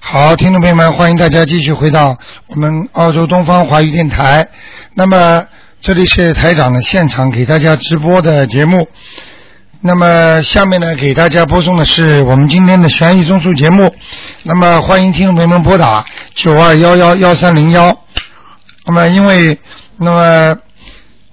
好，听众朋友们，欢迎大家继续回到我们澳洲东方华语电台。那么这里是台长的现场给大家直播的节目。那么下面呢，给大家播送的是我们今天的悬疑综述节目。那么欢迎听众朋友们拨打九二幺幺幺三零幺。那么因为那么。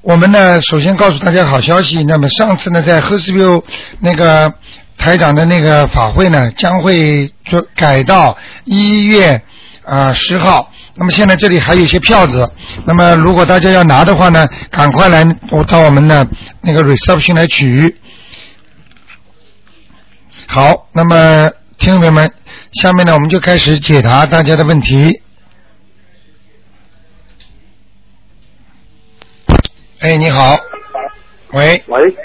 我们呢，首先告诉大家好消息。那么上次呢，在 h e r s v i l l 那个台长的那个法会呢，将会就改到一月啊十、10号。那么现在这里还有一些票子，那么如果大家要拿的话呢，赶快来我到我们的那个 reception 来取。好，那么听众朋友们，下面呢我们就开始解答大家的问题。哎，你好，喂，喂，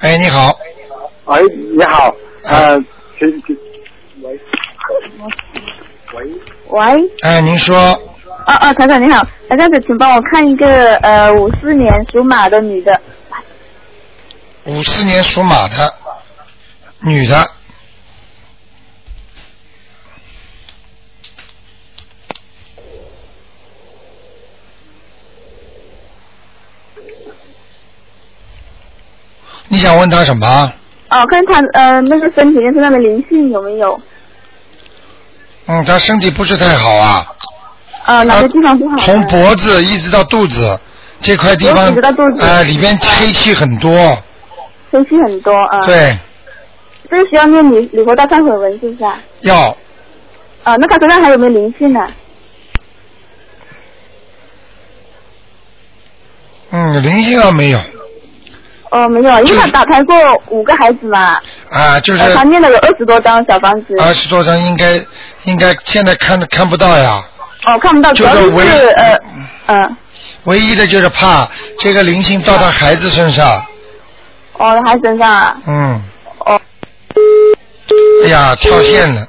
哎，你好，啊喂，你好，呃，请请，喂，喂，喂，哎，您说，哦哦，台长你好，台长请帮我看一个呃五四年属马的女的，五四年属马的，女的。你想问她什么？哦，看她呃那个身体跟身上的灵性有没有，嗯，她身体不是太好啊，呃哪个地方不好？从脖子一直到肚子这块地脖方子一直到肚，子啊哎，里边黑气很多。黑气很多啊，，对，这个需要念礼礼佛大忏悔文是不是啊？要啊，那她身上还有没有灵性呢、嗯，灵性啊没有哦，没有，因为她打胎过五个孩子嘛，啊，就是呃，她念了有二十多张小房子，二十多张应该应该现在看看不到呀，哦，看不到，主就要是就唯是呃，嗯、唯一的就是怕这个灵性到他孩子身上，哦，还身上啊，嗯，哦，哎呀跳线了，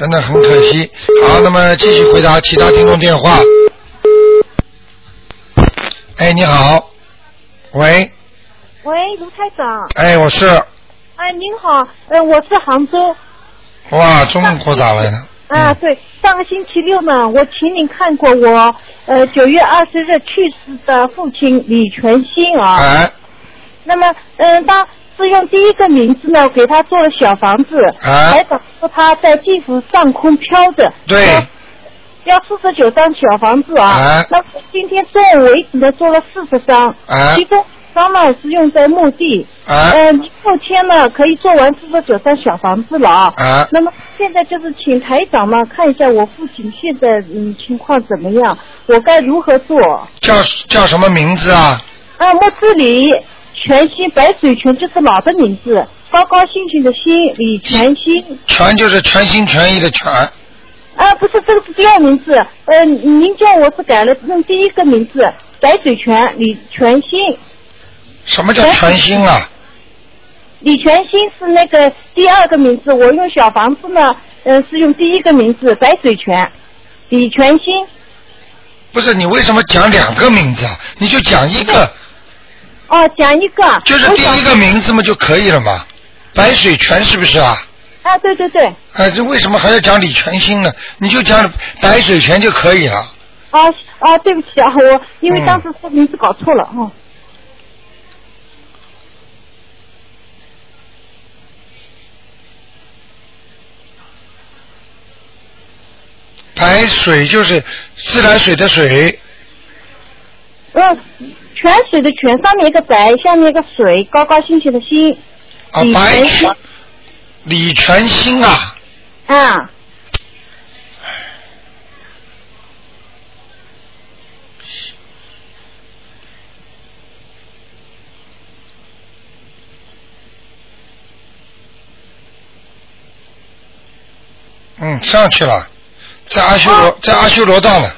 真的很可惜。好，那么继续回答其他听众电话。哎，你好，喂，喂，卢台长，哎，我是，哎，您好，呃，我是杭州，哇，中国打来的，啊，嗯，对，上个星期六嘛，我请您看过我，呃，九月二十日去世的父亲李全兴啊，哎，那么，嗯、他是用第一个名字呢，给他做了小房子，啊台长说他在地府上空飘着，对，说要四十九张小房子啊，啊那今天中午为止呢，做了四十张，啊其中张呢是用在墓地，哎，嗯，后天呢可以做完四十九张小房子了啊。啊那么现在就是请台长嘛看一下我父亲现在嗯情况怎么样，我该如何做？叫叫什么名字啊？啊，木子李全新白水泉就是老的名字，高高兴兴的兴李全新全就是全心全意的全，啊，不是这个是第二名字，呃，您叫我是改了用第一个名字白水泉李全新，什么叫全心啊？李全新是那个第二个名字，我用小房子呢，呃，是用第一个名字白水泉，李全新。不是你为什么讲两个名字啊？你就讲一个。哦，讲一个，就是我第想一个名字嘛就可以了嘛，白水泉是不是啊？啊，对对对，啊，这为什么还要讲李全兴呢？你就讲白水泉就可以了。啊啊，对不起啊，我因为嗯当时这名字搞错了，哦，白水就是自来水的水，嗯，泉水的泉，上面一个白，下面一个水，高高兴兴的兴，啊，李白全水兴李全兴啊，啊，嗯，上去了，在阿修罗，在阿修罗道呢。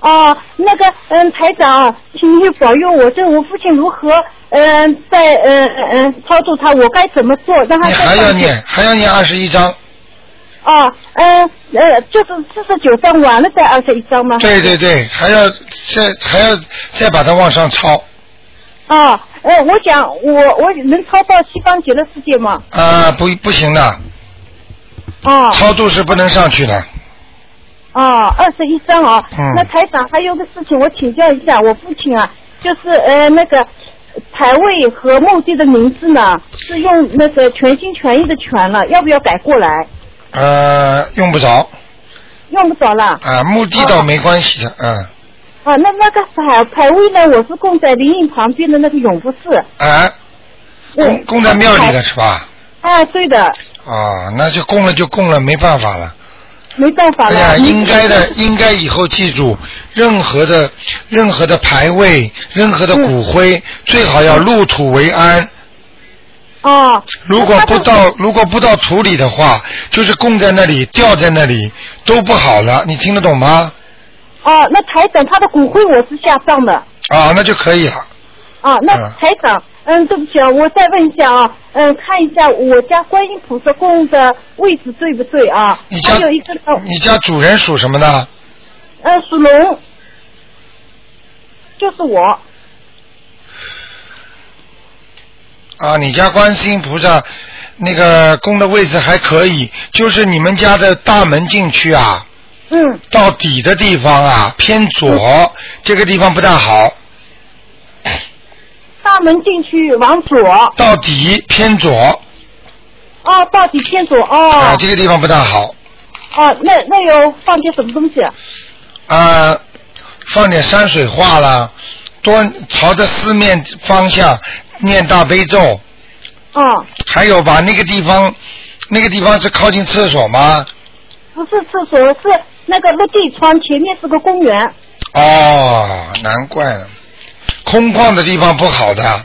哦，那个，嗯，台长，请您保佑我，这我父亲如何，嗯，在，嗯嗯嗯，操作他，我该怎么做，让他你再还要上去念，还要念二十一章。哦，嗯呃，就是四十九章完了再二十一章吗？对对对，还要再还要再把它往上抄。哦，呃，我想我我能超到西方极乐世界吗？呃啊，不不行的，哦超度是不能上去的。哦，二十一张哦。嗯那台长还有个事情，我请教一下，我父亲啊，就是呃那个财位和墓地的名字呢，是用那个全心全意的全了，要不要改过来？呃，用不着用不着啦。啊，墓地哦倒没关系的，嗯，啊，那那个牌牌位呢，我是供在灵隐旁边的那个永福寺。啊，我供供在庙里了。是吧？啊，对的，啊，那就供了就供了，没办法了。没办法哎了。呀，应该的，应该以后记住，任何的、任何的牌位、任何的骨嗯灰，最好要入土为安。哦。如果不那到，如果不到土里的话，就是供在那里、吊在那里都不好了。你听得懂吗？哦，那台长他的骨灰我是下葬的。啊，那就可以了。啊，那嗯台长，嗯，对不起啊，我再问一下啊，嗯，看一下我家观音菩萨供的位置对不对啊你？家还有一个呢，你家主人属什么呢？嗯，属龙，就是我，啊，你家观世音菩萨那个供的位置还可以，就是你们家的大门进去啊，嗯，到底的地方啊，偏左这个地方不大好，大门进去往左，到底偏左哦，到底偏左，啊，哦，这个地方不大好哦，那那有放些什么东西？啊，放点山水画啦，多朝着四面方向念大悲咒，哦，还有把那个地方，那个地方是靠近厕所吗？不是厕所，是那个落地窗，前面是个公园。哦，难怪了，空旷的地方不好的，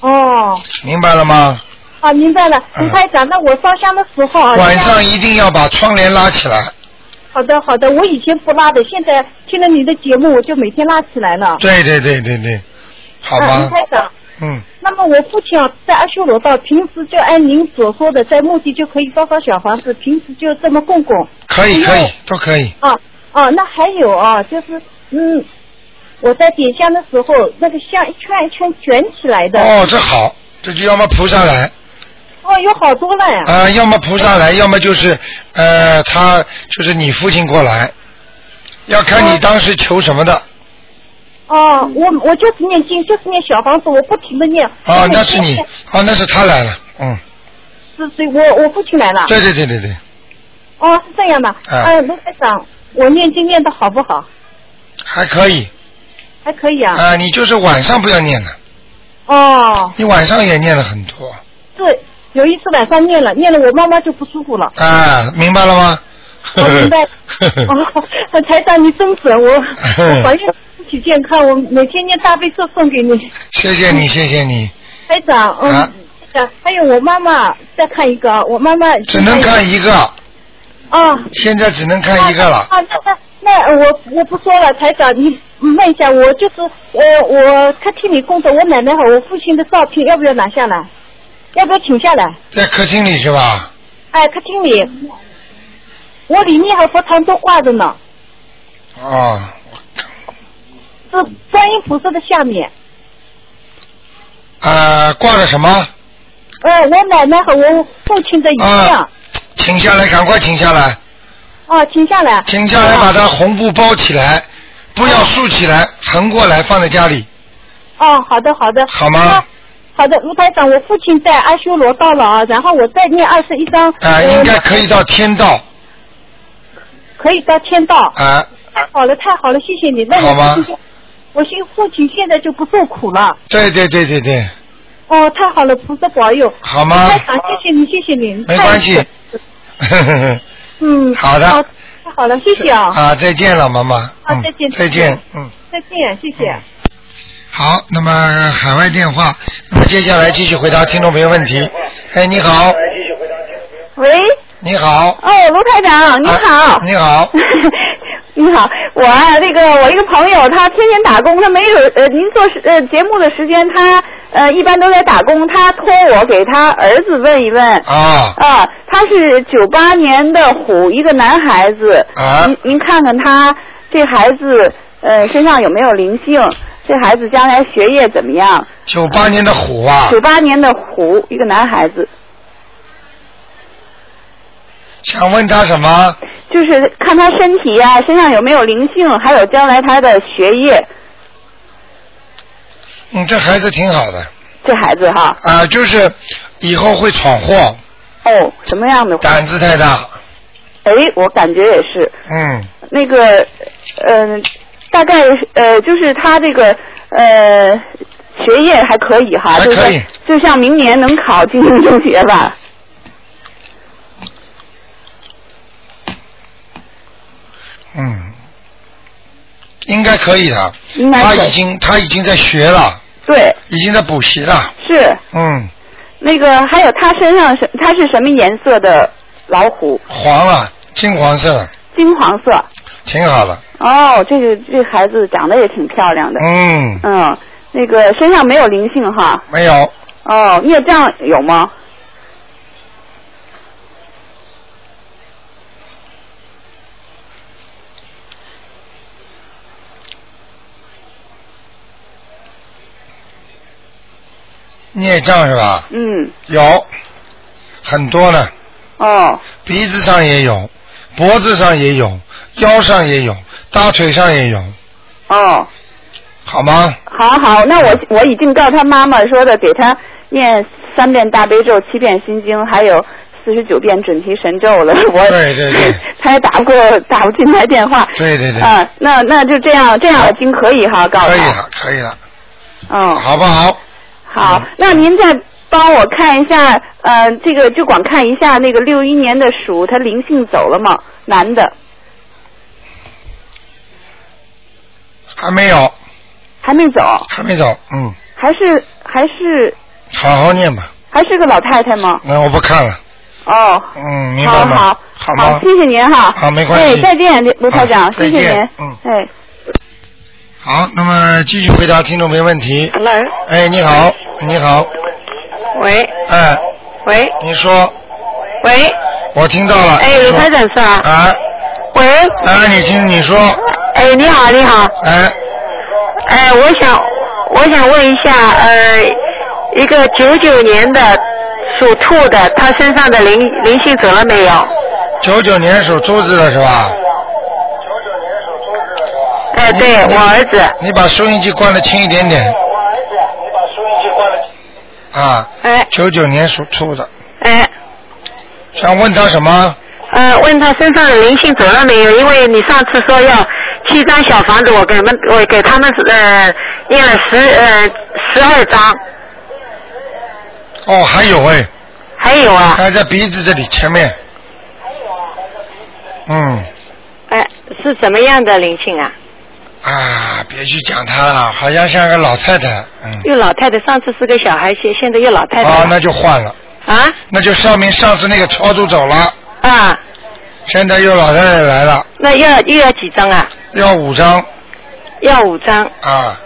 哦，明白了吗？啊，明白了，嗯卢台长，那我烧香的时候啊，晚这样上一定要把窗帘拉起来。好的好的，我以前不拉的，现在听了你的节目，我就每天拉起来了。对对对对对，好哦啊，卢吧，台长，嗯，那么我父亲啊在阿修罗道，平时就按您所说的，在墓地就可以烧烧小房子，平时就这么供供。可以因为可以都可以，啊啊，那还有啊，就是嗯，我在点香的时候，那个香一圈一圈卷起来的，哦，这好，这就要么菩萨来哦，有好多了呀。啊、要么菩萨来，要么就是呃，他就是你父亲过来，要看你当时求什么的啊哦，我我就是念经，就是念小房子，我不停的念。啊，那是你啊，那是他来了，嗯，是是，我我父亲来了。对对对对对，哦，是这样的。嗯嗯，卢台长，我念经念的好不好？还可以还可以啊。啊，你就是晚上不要念了，哦，你晚上也念了很多对，有一次晚上念了，念了我妈妈就不舒服了。啊，明白了吗？我明 白哦，台长你真准，我我怀孕身体健康，我每天念大悲咒送给你。谢谢你，谢谢你，台长，嗯，啊台长还有我妈妈，再看一个啊，我妈妈只能看一个，啊。现在只能看一个了。啊，那那那我我不说了，台长，你问一下，我就是呃，我客厅里供着我奶奶和我父亲的照片，要不要拿下来？要不要请下来？在客厅里是吧？哎，客厅里，我里面和佛堂都挂着呢，哦，是观音菩萨的下面。呃，挂着什么？呃，我奶奶和我父亲的遗像啊，请下来，赶快请下来，啊，请下来。啊请下来，把它红布包起来，不要竖起来，横过来放在家里，哦，好的，好的。好吗啊那好的，卢台长，我父亲在阿修罗道了啊，然后我再念二十一章。啊、呃应该可以到天道，可以到签到。啊、太好了，太好了，谢谢你。那好吗我父亲，我新父亲现在就不受苦了。对对对对对，哦，太好了，菩萨保佑。好吗台长，谢谢你，谢谢你。没关系太。嗯， 好的太好了，谢谢啊，啊，再见了，妈妈。啊嗯再见再见，嗯。再见，谢谢。好，那么海外电话，那么接下来继续回答听众朋友问题。哎，你 好，喂，你好，哦，卢台长，你好。啊你 好，你好，我啊，这个我一个朋友，他天天打工，他没有呃，您做时呃节目的时间，他呃一般都在打工，他托我给他儿子问一问啊，啊，他是九八年的虎，一个男孩子，啊您您看看他这孩子呃身上有没有灵性，这孩子将来学业怎么样？九八年的虎啊，九八年的虎，一个男孩子，想问他什么？就是看他身体呀、身上有没有灵性，还有将来他的学业。嗯，这孩子挺好的这孩子哈，啊、就是以后会闯祸，哦，什么样的？胆子太大。哎，我感觉也是嗯，那个，嗯、大概是呃，就是他这个呃，学业还可以哈，还就是可以就像明年能考进京中学吧。嗯，应该可以的。应该他是已经他已经在学了，对，已经在补习了。是嗯，那个，还有他身上是他是什么颜色的老虎？黄了，金黄色了，金黄色。挺好了。哦，这个这孩子长得也挺漂亮的。嗯，嗯，那个身上没有灵性哈。没有，哦，孽障有吗？孽障是吧？嗯，有，很多呢，哦，鼻子上也有，脖子上也有，腰上也有，大腿上也有，哦，好吗？好好，那我嗯我已经告他妈妈说的，给他念三遍大悲咒、七遍心经，还有四十九遍准提神咒了。 我对对对， 他也打不过，打不进来电话。对对对，啊，那那就这样，这样我经可以哈，告诉可以他。了，可以了，嗯，好不好？好，那您再帮我看一下，呃，这个就光看一下那个六一年的鼠，他灵性走了吗？男的还没有，还没走，还没走，嗯，还是还是好好念吧。还是个老太太吗？那我不看了，哦，嗯，明好白好吗？好吗好，？谢谢您哈。好没关系哎，再见，卢台啊长，谢谢再见您。嗯哎，好，那么继续回答听众没问题。喂哎，你好，你好，喂哎，喂你说，喂，我听到了。哎，你鲁说台长是吧？啊，喂，来，你听，你说，哎，你好，你好，哎，哎，我想我想问一下，呃，一个九九年的属兔的，他身上的灵灵性走了没有？九九年属兔子的是吧？哎，对你我儿子，你把收音机关的轻一点点啊。哎九九年属兔的，哎，想问他什么？呃，问他身上的灵性走了没有？因为你上次说要七张小房子，我给他们我给他们呃念了十呃十二张，哦，还有哎，还有啊，还在鼻子这里前面。嗯，哎，是怎么样的灵性啊？啊，别去讲他了，好像像个老太太，嗯。又老太太，上次是个小孩，现现在又老太太啊，了那就换了，啊那就上面上次那个超度走了，啊，现在又老太太来了，那要又要几张啊？要五张要五张。啊。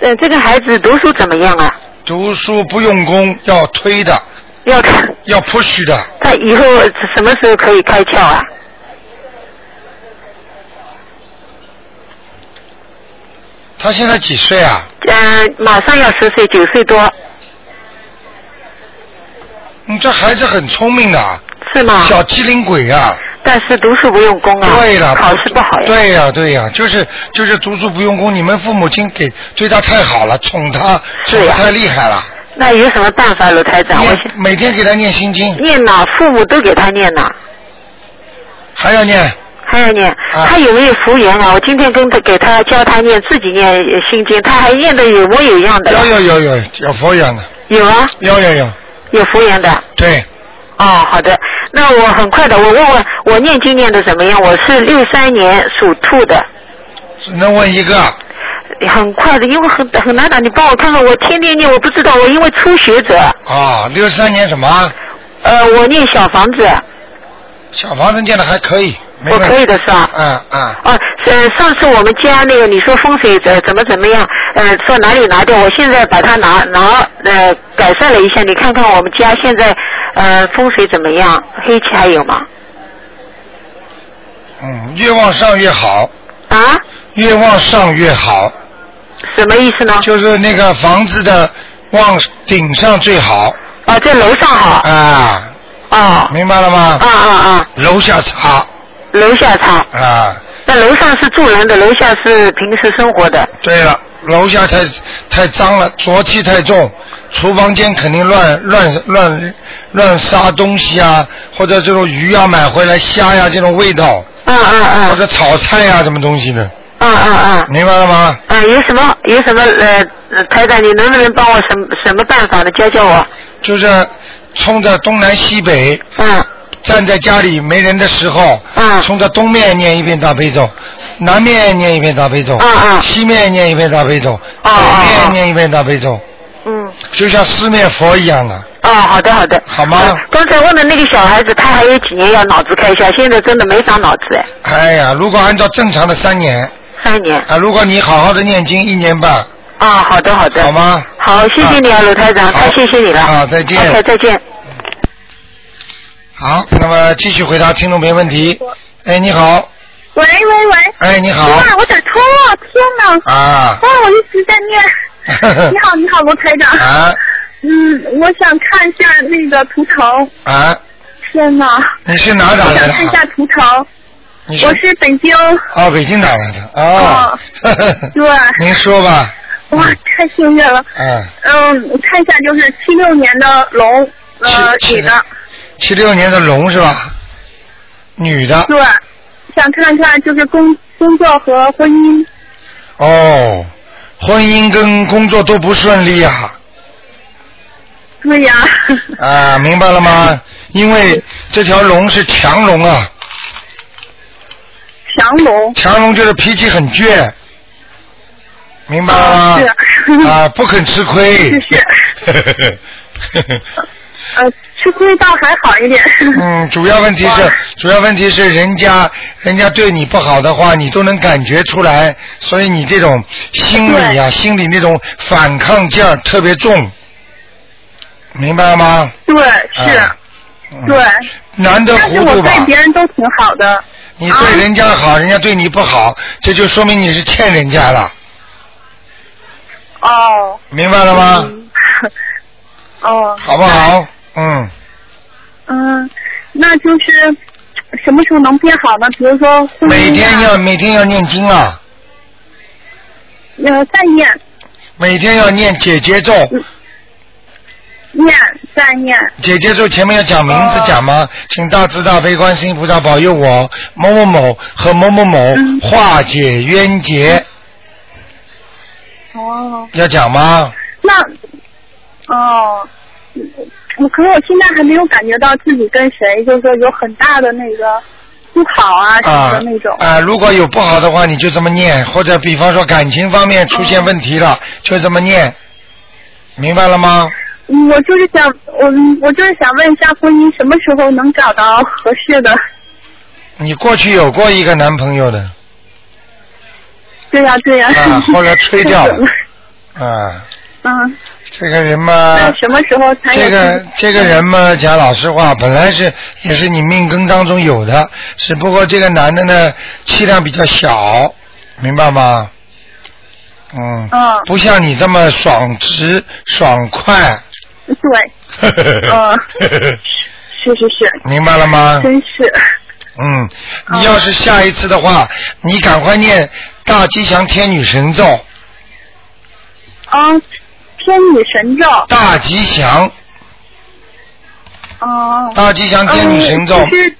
嗯，这个孩子读书怎么样啊？读书不用功，要推的，要看要 push 的，他以后什么时候可以开窍啊？他现在几岁啊？嗯，马上要十岁，九岁多，你嗯这孩子很聪明的啊，是吗？小机灵鬼啊！但是读书不用功啊，对了，考试不好呀。对呀、对呀、就是就是读书不用功，你们父母亲给对他太好了，宠他宠是得呀太厉害了。那有什么办法，卢台长？我念想每天给他念心经，念呐，父母都给他念呐。还要念还有念，啊他有没有服缘啊？我今天跟他给他教他念，自己念呃心经，他还念的有模有样的了有。有有有有佛缘的，有啊，有有有，有服缘的。对，哦，好的。那我很快的，我问问我念经念的怎么样？我是六三年属兔的，只能问一个，很快的，因为很很难打。你帮我看看，我天天念，我不知道，我因为初学者，啊，六三年什么呃，我念小房子，小房子念的还可以，没我问题。可以的是吧？嗯嗯，哦、是上次我们家那个你说风水怎怎么怎么样，呃，说哪里拿掉，我现在把它拿拿呃改善了一下，你看看我们家现在呃风水怎么样，黑气还有吗？嗯，越往上越好，啊？越往上越好，什么意思呢？就是那个房子的往顶上最好啊，在楼上好。啊。哦，明白了啊吗？啊啊，楼下查楼下擦，啊，那楼上是住人的，楼下是平时生活的。对了，楼下太太脏了，浊气太重，厨房间肯定乱乱乱乱杀东西啊，或者这种鱼啊买回来虾呀、这种味道，嗯嗯或嗯者炒菜呀、什么东西的，嗯嗯嗯。明白了吗？嗯，有什么有什么呃，呃台长，你能不能帮我什么什么办法呢？教教我。就是冲着东南西北，嗯站在家里没人的时候，嗯冲着东面念一遍大悲咒，南面念一遍大悲咒，嗯嗯西面念一遍大悲咒，哦北面哦念一遍大悲咒，嗯。就像四面佛一样的。哦，好的好的。好吗呃刚才问的那个小孩子，他还有几年要脑子开销？现在真的没长脑子哎，哎呀，如果按照正常的三年三年。啊，如果你好好的念经，一年半，啊，好的好的。好？吗？好，谢谢你啊，鲁台长，好太谢谢你了。好再见 OK，再见。好，那么继续回答听众朋友问题。哎，你好，喂喂喂，哎，你好，哇，我打通了，天哪！啊，哇，我一直在念。呵 呵你好，你好，罗台长。啊嗯，我想看一下那个图腾。啊，天哪！你是哪打我来想的看一下啊？图腾。你我是北京。哦，北京打来的哦 哦，呵呵对，您说吧，哇，太幸运了。嗯，嗯，我看一下，就是七六年的龙，呃，七女的，七六年的龙是吧？女的对，想看看就是工工作和婚姻。哦，婚姻跟工作都不顺利啊。对呀、 啊，明白了吗？因为这条龙是强龙啊，强龙。强龙就是脾气很倔，明白了吗？哦是啊，不肯吃亏就。是， 呃，吃亏倒还好一点。 嗯，主要问题是哇，主要问题是人家人家对你不好的话，你都能感觉出来，所以你这种心理啊，心里那种反抗劲儿特别重，明白了吗？对，是，啊嗯对。难得但是糊我涂吧。对别人都挺好的。啊你对人家好，人家对你不好，这就说明你是欠人家了，哦。明白了吗？嗯 哦。好不好？嗯，嗯，那就是什么时候能变好呢？比如说婚姻啊每天要每天要念经啊，呃再念每天要念姐姐咒，嗯念再念。姐姐咒前面要讲名字讲哦吗？请大慈大悲观世音菩萨保佑我某某某和某某某嗯化解冤结，哦，要讲吗？那哦。我可是我现在还没有感觉到自己跟谁，就是说有很大的那个不好啊什么啊的那种。啊，如果有不好的话，你就这么念，或者比方说感情方面出现问题了，就这么念，明白了吗？嗯我就是想，我我就是想问一下，婚姻什么时候能找到合适的？你过去有过一个男朋友的对呀、对呀、啊后来吹掉了 太准啊，嗯，这个人那嘛，什么时候才有？啊这个这个人嘛，讲老实话，本来是也是你命根当中有的，只不过这个男的呢气量比较小，明白吗？嗯，嗯不像你这么爽直爽快，对，嗯是是是，明白了吗？真是 嗯，你要是下一次的话，你赶快念大吉祥天女神咒，啊、天女神咒，大吉祥哦、大吉祥天女神咒，嗯就是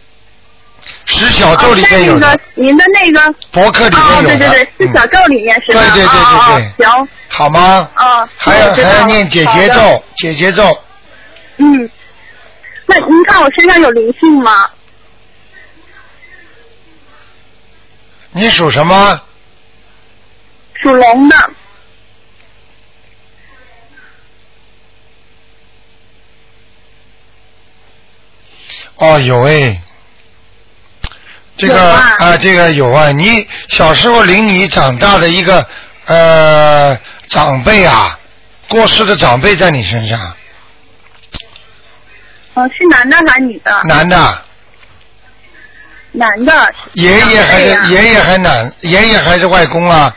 十小咒里在边有哦那的个，您的那个，博客里哦，边有对的，对对，是小嗯，咒里面是对吧？对对对对哦哦、行，好吗？哦，还要我知还道了要念姐姐，好的咒，姐姐咒，嗯。那您看我身上有灵性吗？你属什么？属龙的，哦，有哎，这有个啊这个有啊，你小时候领你长大的一个呃长辈啊，过世的长辈在你身上，哦，是男的还是女的？男的，男的，爷爷还长辈啊是爷爷还男，爷爷还是外公啊？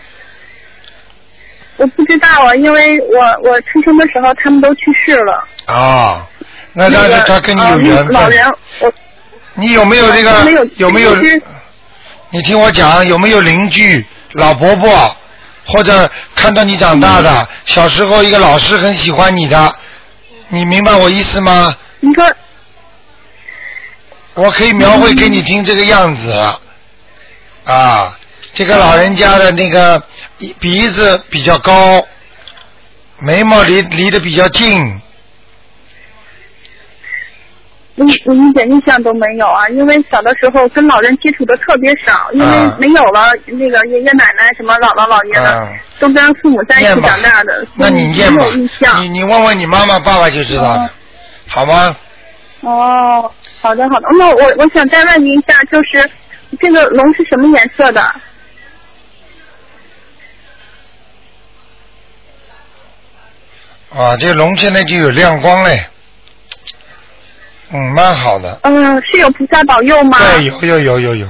我不知道啊，因为我我出生的时候他们都去世了。哦，那那但个是他跟你有呃缘分老人，我你有没有这我个没有有没有邻居？你听我讲，有没有邻居、老伯伯，或者看到你长大嗯的，小时候一个老师很喜欢你的，你明白我意思吗？你说我可以描绘给嗯你听这个样子，啊，这个老人家的那个鼻子比较高，眉毛离离得比较近，我我一点印象都没有啊，因为小的时候跟老人接触的特别少，因为啊没有了那个爷爷奶奶什么姥姥姥爷的，嗯都跟父母在一念起吧长大的，那你没念吧嗯有印，象嗯你。你问问你妈妈爸爸就知道了，好吗？哦，好的好的，那我我想再问您一下，就是这个龙是什么颜色的？啊，这个龙现在就有亮光嘞，嗯，蛮好的，嗯、是有菩萨保佑吗？对，有有有有有，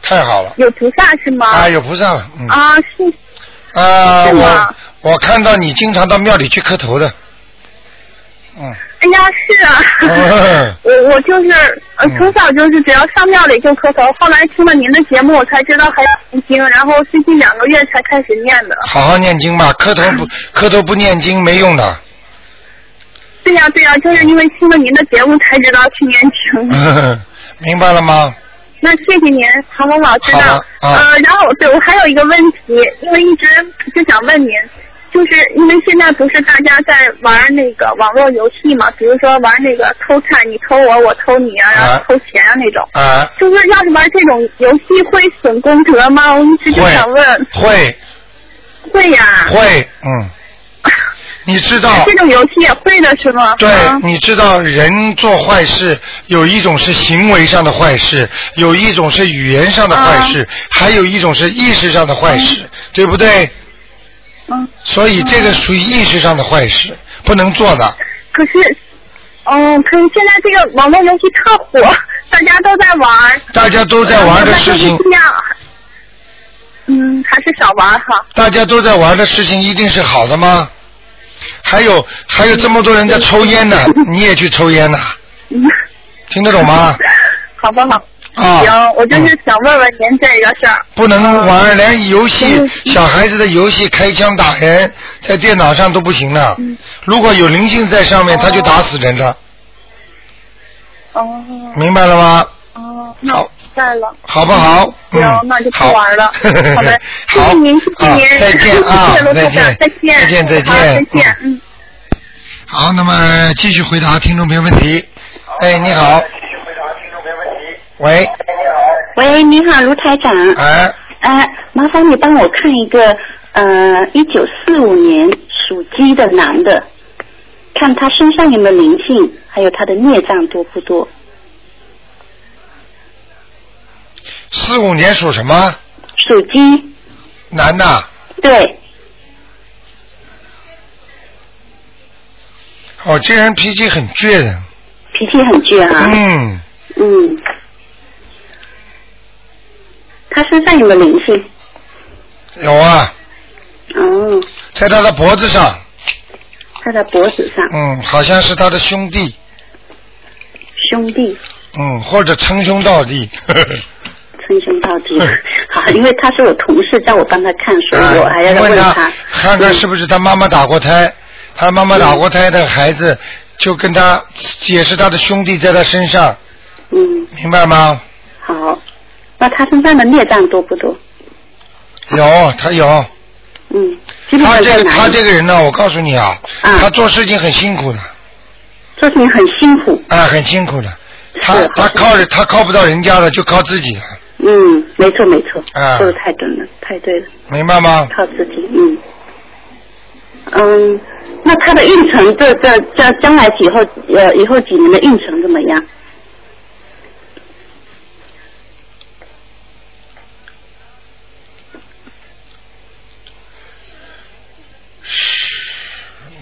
太好了，有菩萨是吗？啊，有菩萨了，嗯，啊，是啊，是吗我我看到你经常到庙里去磕头的，嗯，哎呀，是啊，我 我就是呃，嗯从小就是只要上庙里就磕头，后来听了您的节目，我才知道还要念经，然后最近两个月才开始念的。好好念经吧，磕头不磕头不念经没用的， 对呀、对呀、就是因为听了您的节目才知道去念经。嗯明白了吗？那谢谢您，唐龙老师呢好的？啊呃，然后对我还有一个问题，因为一直就想问您，就是因为现在不是大家在玩那个网络游戏嘛，比如说玩那个偷菜，你偷我，我偷你啊，然后偷钱啊那种。啊，就是要是玩这种游戏会损功德吗？我一直就想问，会会呀、会， 嗯，你知道。这种游戏也会的是吗？对啊，你知道人做坏事有一种是行为上的坏事，有一种是语言上的坏啊事，还有一种是意识上的坏事，对不对？嗯，所以这个属于意识上的坏事，不能做的。可是，嗯，可是现在这个网络游戏特火，大家都在玩。大家都在玩的事那情就是，尽量，嗯，还是少玩哈。大家都在玩的事情，一定是好的吗？还有还有这么多人在抽烟 呢，你也去抽烟呐？嗯，听得懂吗？ 好不好？啊，行，我就嗯是想问问您这个事儿。不能玩，连游戏嗯小孩子的游戏开枪打人，在电脑上都不行的。如果有灵性在上面，他就打死人了，哦明白了吗？哦，那好我明白了。好不好？行嗯，那就不好 玩了好的谢谢好您谢谢啊您再见 啊谢谢，罗再台见长，再见再见，再见，好再见嗯。好，那么继续回答听众朋友问题。哎，你好。喂，喂，哎你好，卢台长。哎，啊，麻烦你帮我看一个，呃，一九四五年属鸡的男的，看他身上有没有灵性，还有他的孽障多不多？四五年属什么？属鸡，男的。对，哦，这人脾气很倔的。脾气很倔啊。嗯，嗯。他身上有没有灵性？有啊，哦，在他的脖子上。他的脖子上，嗯，好像是他的兄弟，兄弟嗯，或者称兄道弟。称兄道弟。 好，因为他是我同嗯事，叫我帮他看，所以我还要问他。嗯看看是不是他妈妈打过胎，他妈妈打过胎的孩子就跟他也是他的兄弟在他身上，嗯，明白吗？好，那他身上的孽障多不多？有，他有，嗯，基本他上这在个哪他里？这个人呢，我告诉你啊，啊他做事情很辛苦的，做事情很辛苦，啊，很辛苦的，他是他靠着他靠不到人家的，就靠自己的，嗯，没错没错，啊说的太对了，太对了，明白吗？靠自己，嗯，嗯，那他的运程这这这将来以后呃以后几年的运程怎么样？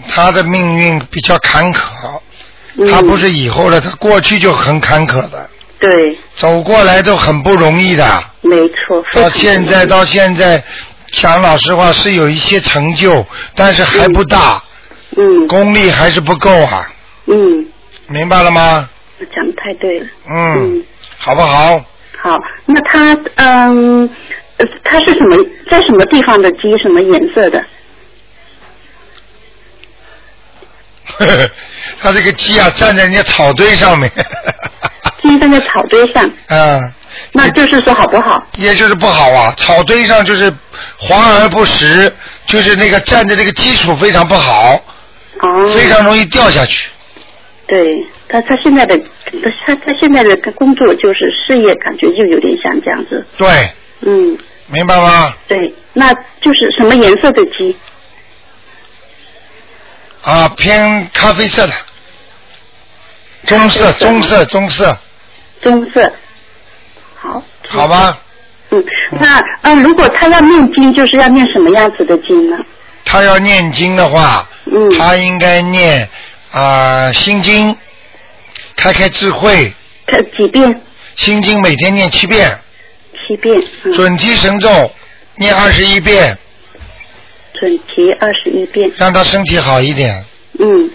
他的命运比较坎坷，嗯、他不是以后了，他过去就很坎坷的，对，走过来都很不容易的。没错，非到常现在到现在，讲老实话是有一些成就，但是还不大，嗯功力还是不够啊。嗯明白了吗？讲的太对了。嗯，好不好？好，那它嗯，呃它是什么，在什么地方的鸡，什么颜色的？ 他这个鸡啊，站在人家草堆上面。 鸡站在草堆上。嗯。那就是说好不好？也就是不好啊，草堆上就是黄而不实，就是那个站的这个基础非常不好，哦，非常容易掉下去。对他，他现在的他他现在的工作就是事业，感觉就有点像这样子。对，嗯，明白吗？对，那就是什么颜色的鸡？啊，偏咖啡色的，棕色，棕色，棕色，棕色。好，好吧？嗯，那呃，如果他要念经，就是要念什么样子的经呢？他要念经的话，嗯他应该念啊、心经，开开智慧。开几遍？心经每天念七遍。七遍。嗯准提神咒念二十一遍，准提二十一遍。让他身体好一点，嗯，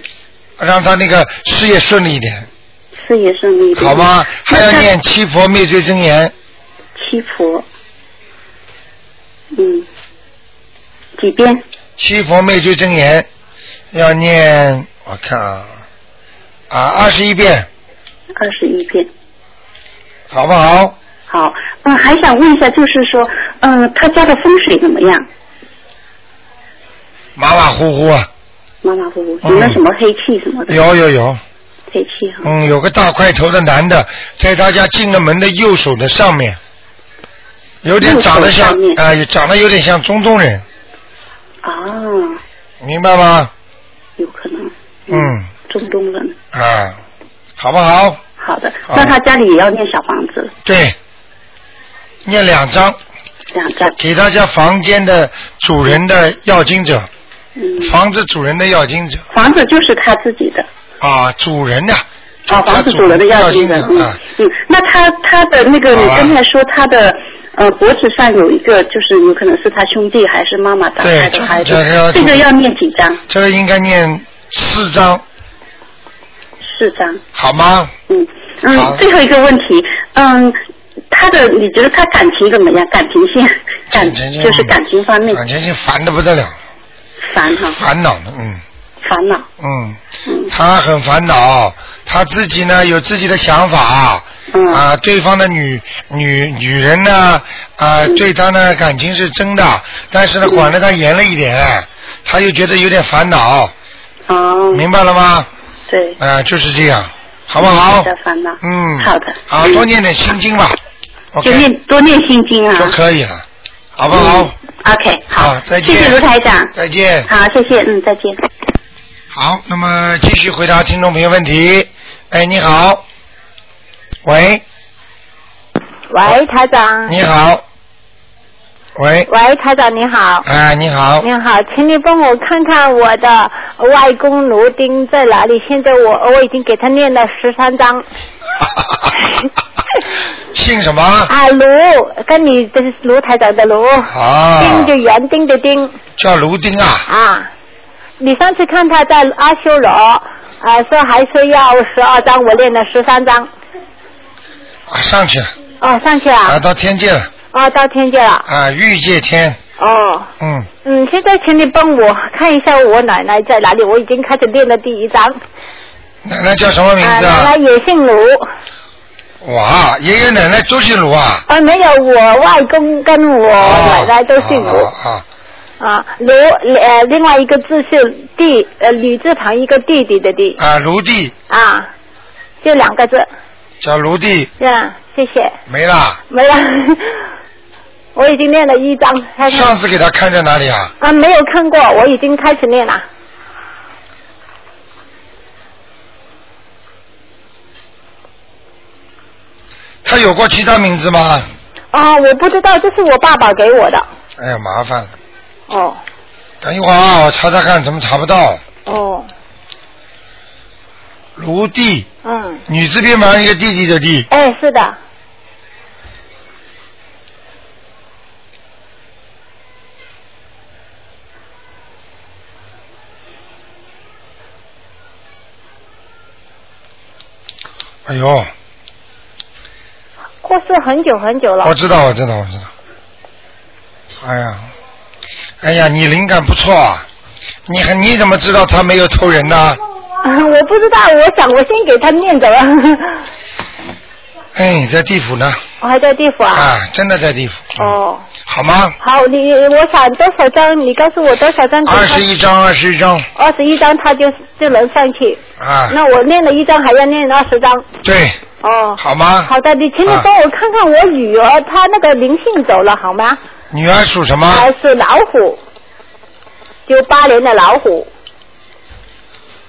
让他那个事业顺利一点，事业顺利一点。好吗？还要念七佛灭罪真言，七佛。嗯，几遍？七佛灭罪真言要念，我看啊，啊二十一遍，二十一遍。好不好？好，嗯、还想问一下，就是说，嗯、他家的风水怎么样？马马虎虎啊，马马虎虎，嗯有没有什么黑气什么的？有有有，黑气哈。嗯，有个大块头的男的，在他家进了门的右手的上面，有点长得像右手上面啊、长得有点像中东人，啊，明白吗？有可能嗯中东人。啊，好不好？好的，好那他家里也要念小房子，对，念两张，两张。给大家房间的主人的要经者，嗯，房子主人的要经者房子就是他自己的。啊，主人的啊，房子主人的要经人，嗯啊，嗯，那他他的那个，好你啊刚才说他的呃脖子上有一个，就是有可能是他兄弟还是妈妈打对开的孩子这个要，这个要念几张？这个应该念四张，四张。好吗？嗯好嗯，最后一个问题，嗯，他的你觉得他感情怎么样？感情线，感情线就是感情方面感觉就烦的不得了，烦哈，烦恼呢，嗯烦恼，嗯，嗯他很烦恼，他自己呢有自己的想法。嗯啊，对方的女女女人呢，啊，嗯对他呢感情是真的，但是呢管得他严了一点，他又觉得有点烦恼，哦，明白了吗？对，啊，就是这样，好不好自己？的烦恼，嗯，好的，好，嗯多念点心经吧就，OK，念多念心经啊嗯就可以了，好不好？ ，OK，好好，再谢见谢卢台长，再见。好，谢谢，嗯，再见。好，那么继续回答听众朋友问题。哎，你好，喂，喂，台长。你好，喂，喂，台长你好。哎，你好，你好，请你帮我看看我的外公卢丁在哪里？现在我我已经给他念了十三章。姓什么？啊，卢，跟你这是卢台长的卢，啊，丁就园丁的丁叫卢丁啊，啊。你上次看他在阿修罗，啊，说还说要十二章，我念了十三章。啊上去了，哦，上去啊，啊，到天界了，哦，到天界了。啊，欲界天，哦，嗯，嗯，现在请你帮我看一下我奶奶在哪里，我已经开始念了第一章。奶奶叫什么名字啊，啊奶奶？也姓卢。哇，爷爷奶奶都姓卢啊，啊，没有，我外公跟我哦奶奶都姓卢。啊啊，啊啊，卢呃，另外一个字是弟，呃，女字旁一个弟弟的弟。啊，卢弟啊，就两个字。叫卢弟，这样，谢谢。没啦。没了， 我已经念了一章，开始。上次给他看在哪里啊？啊，没有看过，我已经开始念了。他有过其他名字吗？啊，我不知道，这是我爸爸给我的。哎呀，麻烦了。哦，等一会儿啊，我查查看，怎么查不到？哦，卢弟，嗯，女字边旁一个弟弟的弟，哎，是的，哎呦，过世很久很久了。我知道，我知道，我知道。哎呀，哎呀，你灵感不错啊！你很你怎么知道他没有偷人呢？ 我不知道，我想我先给他念走了。哎，在地府呢我还在地府啊。啊，真的在地府，哦，好吗？好，你我想多少张？你告诉我多少张？二十一。张，二十一张二十一张，他就就能上去。啊，那我念了一张，还要念二十张。对，哦。好吗？好的，你请你帮我看看我女儿，她那个灵性走了好吗？女儿属什么？还是老虎，九八年的老虎，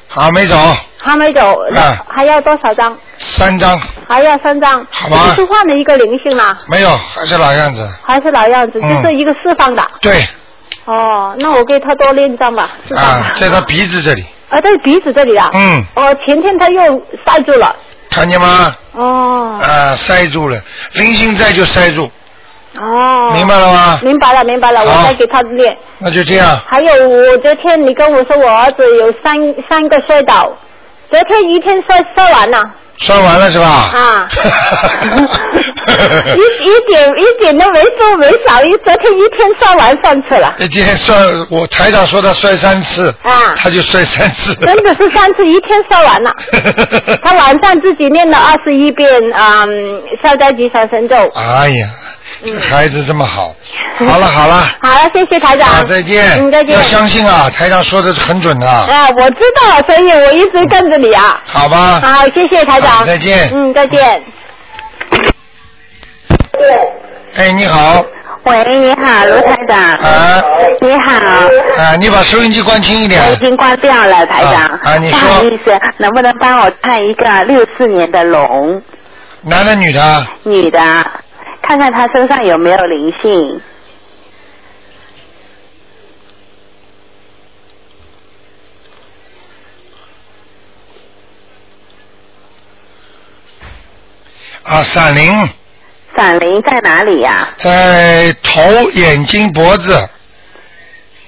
好，没走，还没走，那啊还要多少张？三张还要三张。好吧就是换了一个灵性啦，没有，还是老样子。还是老样子，就嗯是一个释放的。对哦，那我给他多练一张吧，释放啊吧。，在他鼻子这里，啊，在鼻子这里啊。嗯，哦，前天他又塞住了。看见吗？哦啊，塞住了，灵性在就塞住，哦。明白了吗明白了，明白了，我好再给他练。那就这样。还有，我昨天你跟我说我儿子有三三个摔倒，昨天一天摔摔完了。摔完了是吧？ 啊， 一一点一点都没多没少，一昨天一天摔完上去 了，哎今天摔，我台长说他摔三次，啊他就摔三次。真的是上次一天摔 完了。他晚上自己念了二十一遍嗯消灾吉祥神咒。哎呀，嗯这孩子这么好。 好了好了，好了，谢谢台长。啊再见。嗯，再见。要相信啊，台长说的是很准的，啊，我知道了，所以我一直跟着你啊。好吧？好，谢谢台好长。啊再见嗯，再见。哎，你好，喂，你好，卢台长。啊。你好。啊，你把收音机关轻一点我已经关掉了，台长。啊啊你不说好意思，能不能帮我看一个六四年的龙男的女的？女的，看看她身上有没有灵性？啊，闪灵闪灵在哪里呀、在头、眼睛、脖子，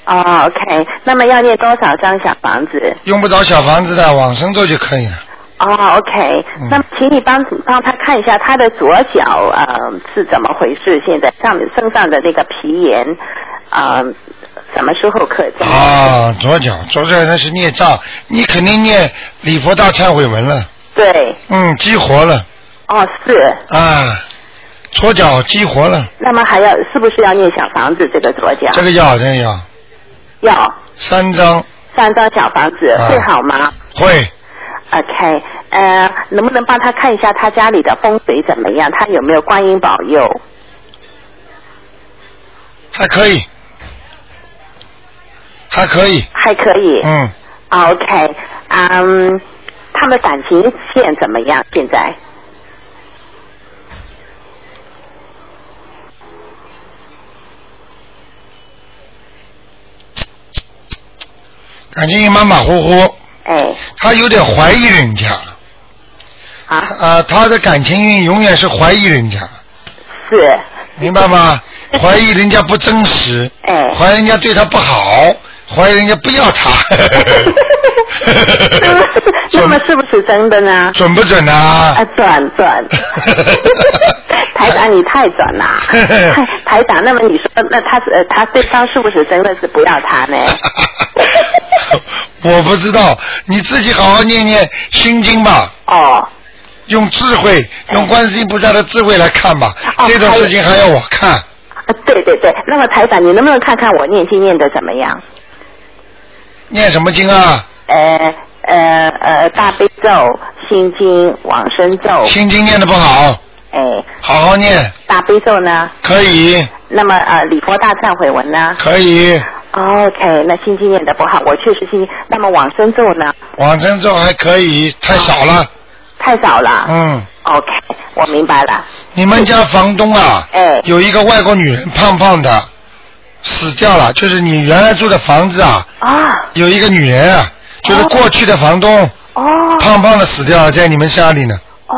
哦，OK，那么要念多少张小房子？用不着小房子的往生咒就可以了。哦，OK，那嗯么请你帮帮他看一下他的左脚呃是怎么回事？现在上面身上的那个皮炎，呃，什么时候可以？啊，左脚，左脚那是孽障，你肯定念礼佛大忏悔文了，对，嗯，激活了哦是，啊，左脚激活了，那么还要是不是要念小房子这个左脚？这个要这个要要三张三张小房子、啊会好吗会？OK，呃，能不能帮他看一下他家里的风水怎么样？他有没有观音保佑？还可以，还可以，还可以。嗯， OK，嗯，他们感情线怎么样？现在感情也马马虎虎，哎，他有点怀疑人家啊啊，他的感情运永远是怀疑人家，是明白吗？怀疑人家不真实， 哎，怀疑人家对他不好，怀疑人家不要他， 呃 那么是不是真的呢？准不准啊？啊，转 转，台长你太准啦！台台长，那么你说，那他是呃他对方是不是真的是不要他 呢？我不知道，你自己好好念念心经吧。哦。用智慧，用观世音菩萨的智慧来看吧。哦这种事情还要我看。啊，对对对，那么台长，你能不能看看我念经念的怎么样？念什么经啊？呃呃呃，大悲咒、心经、往生咒。心经念的不好。哎。好好念。大悲咒呢？可以，那么呃，礼佛大忏悔文呢可以， ？OK，那心经念的不好，我确实心经。那么往生咒呢？往生咒还可以，太少了。太少了。嗯， OK，我明白了。你们家房东啊，哎有一个外国女人，胖胖的，死掉了。就是你原来住的房子啊，啊，有一个女人啊，就是过去的房东，哦胖胖的死掉了，在你们家里呢。哦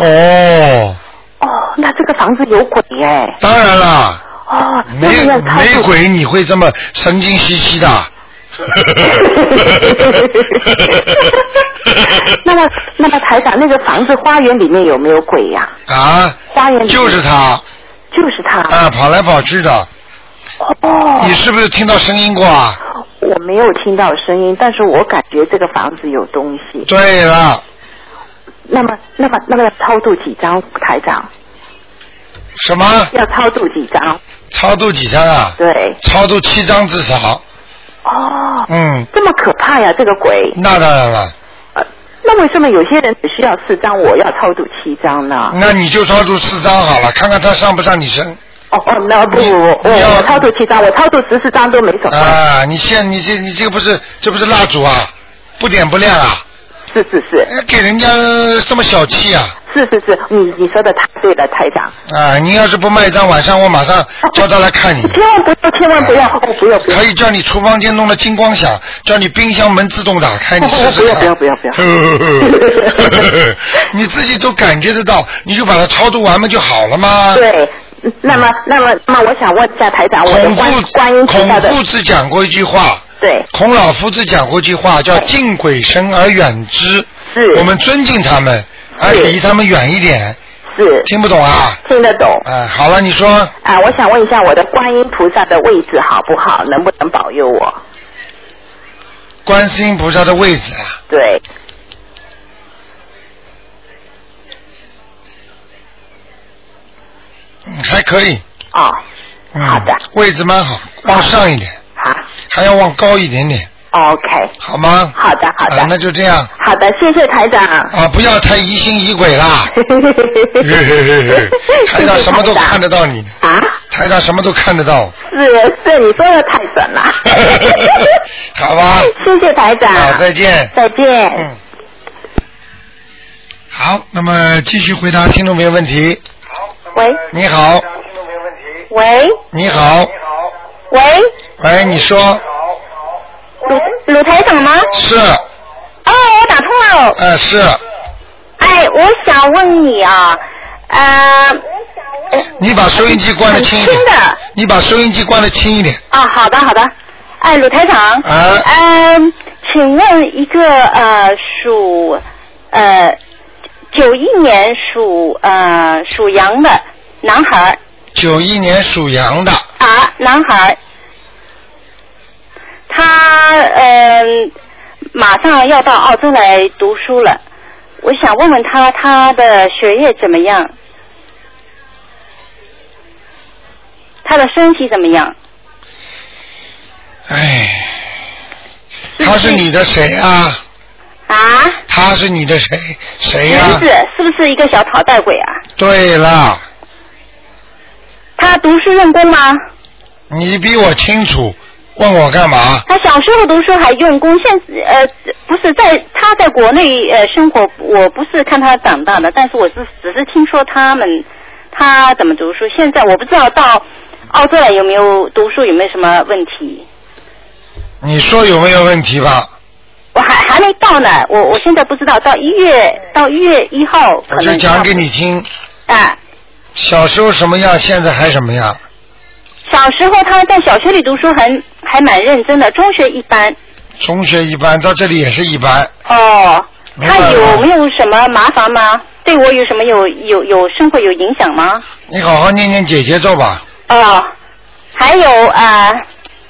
哦，哦，那这个房子有鬼哎！当然啦，哦，没那么要超没度鬼你会这么神经兮兮的。 那么，那么台长，那个房子花园里面有没有鬼呀、啊，花园里面就是他就是他。啊，跑来跑去的。哦。你是不是听到声音过啊？我没有听到声音，但是我感觉这个房子有东西。对了，那么，那么，那么要超度几张台长？什么？要超度几张？超度几张啊？对。超度七张至少。哦。嗯。这么可怕呀，这个鬼。那当然了，那为什么有些人只需要四张，我要超度七张呢？那你就超度四张好了，看看他上不上你身。哦哦，那不不不，我我超度七张，我超度十四张都没什么。啊，你现你这你这个不是这不是蜡烛啊，不点不亮啊。是是是。给人家这么小气啊！是是是，嗯你你说的太对了，台长。啊，你要是不卖账，晚上我马上叫他来看你。千万不要，千万不要，哦，不要不要。可以叫你厨房间弄得金光响，叫你冰箱门自动打哎开，你哦试试啊看。不要不要不要你自己都感觉得到，你就把它超度完嘛就好了嘛。对，那么那么那么，我想问一下台长，啊我的孔观观夫音孔菩萨的夫子讲过一句话，对，孔老夫子讲过一句话，叫敬鬼神而远之。是。我们尊敬他们，而离他们远一点。是。听不懂啊？听得懂。嗯，好了，你说啊，我想问一下我的观音菩萨的位置好不好，能不能保佑我？观世音菩萨的位置啊？对，嗯还可以。哦。嗯嗯、好的。位置蛮好，往上一点。好。哦还要往高一点点。 OK。好吗？好的好的啊，那就这样好的，谢谢台长。啊，不要太疑心疑鬼啦。 台长什么都看得到你。啊。台长什么都看得到，是是，你说的太准 了。好吧？谢谢台长。好再见再见。嗯。好，那么继续回答听众朋友问题。喂你好，喂你好，喂，喂，你说鲁鲁台长吗？是，哦，我打通了。呃，是，哎，我想问你啊，呃，你把收音机关的轻一点，很轻的你把收音机关的轻一点，啊，好的好的，哎，鲁台长，啊嗯，请问一个呃属呃九一年属呃属羊的男孩儿九一年属羊的，啊，男孩儿，他嗯、马上要到澳洲来读书了，我想问问他他的学业怎么样，他的身体怎么样？哎，他是你的谁啊？ 啊？他是你的谁？谁哎呀、名字是不是一个小讨债鬼啊？对了，他读书用功吗？你比我清楚，问我干嘛？他小时候读书还用功，现呃不是在他在国内呃生活，我不是看他长大的，但是我是只是听说他们他怎么读书。现在我不知道到澳洲来有没有读书有没有什么问题，你说有没有问题吧？我还还没到呢，我我现在不知道到一月到一月一号我可就能讲给你听，啊。小时候什么样，现在还什么样。小时候他在小学里读书很还蛮认真的，中学一般。中学一般，到这里也是一般。哦，明白他有吗没有什么麻烦吗？对我有什么有有有生活有影响吗？你好好念念姐姐咒吧。哦，还有啊、呃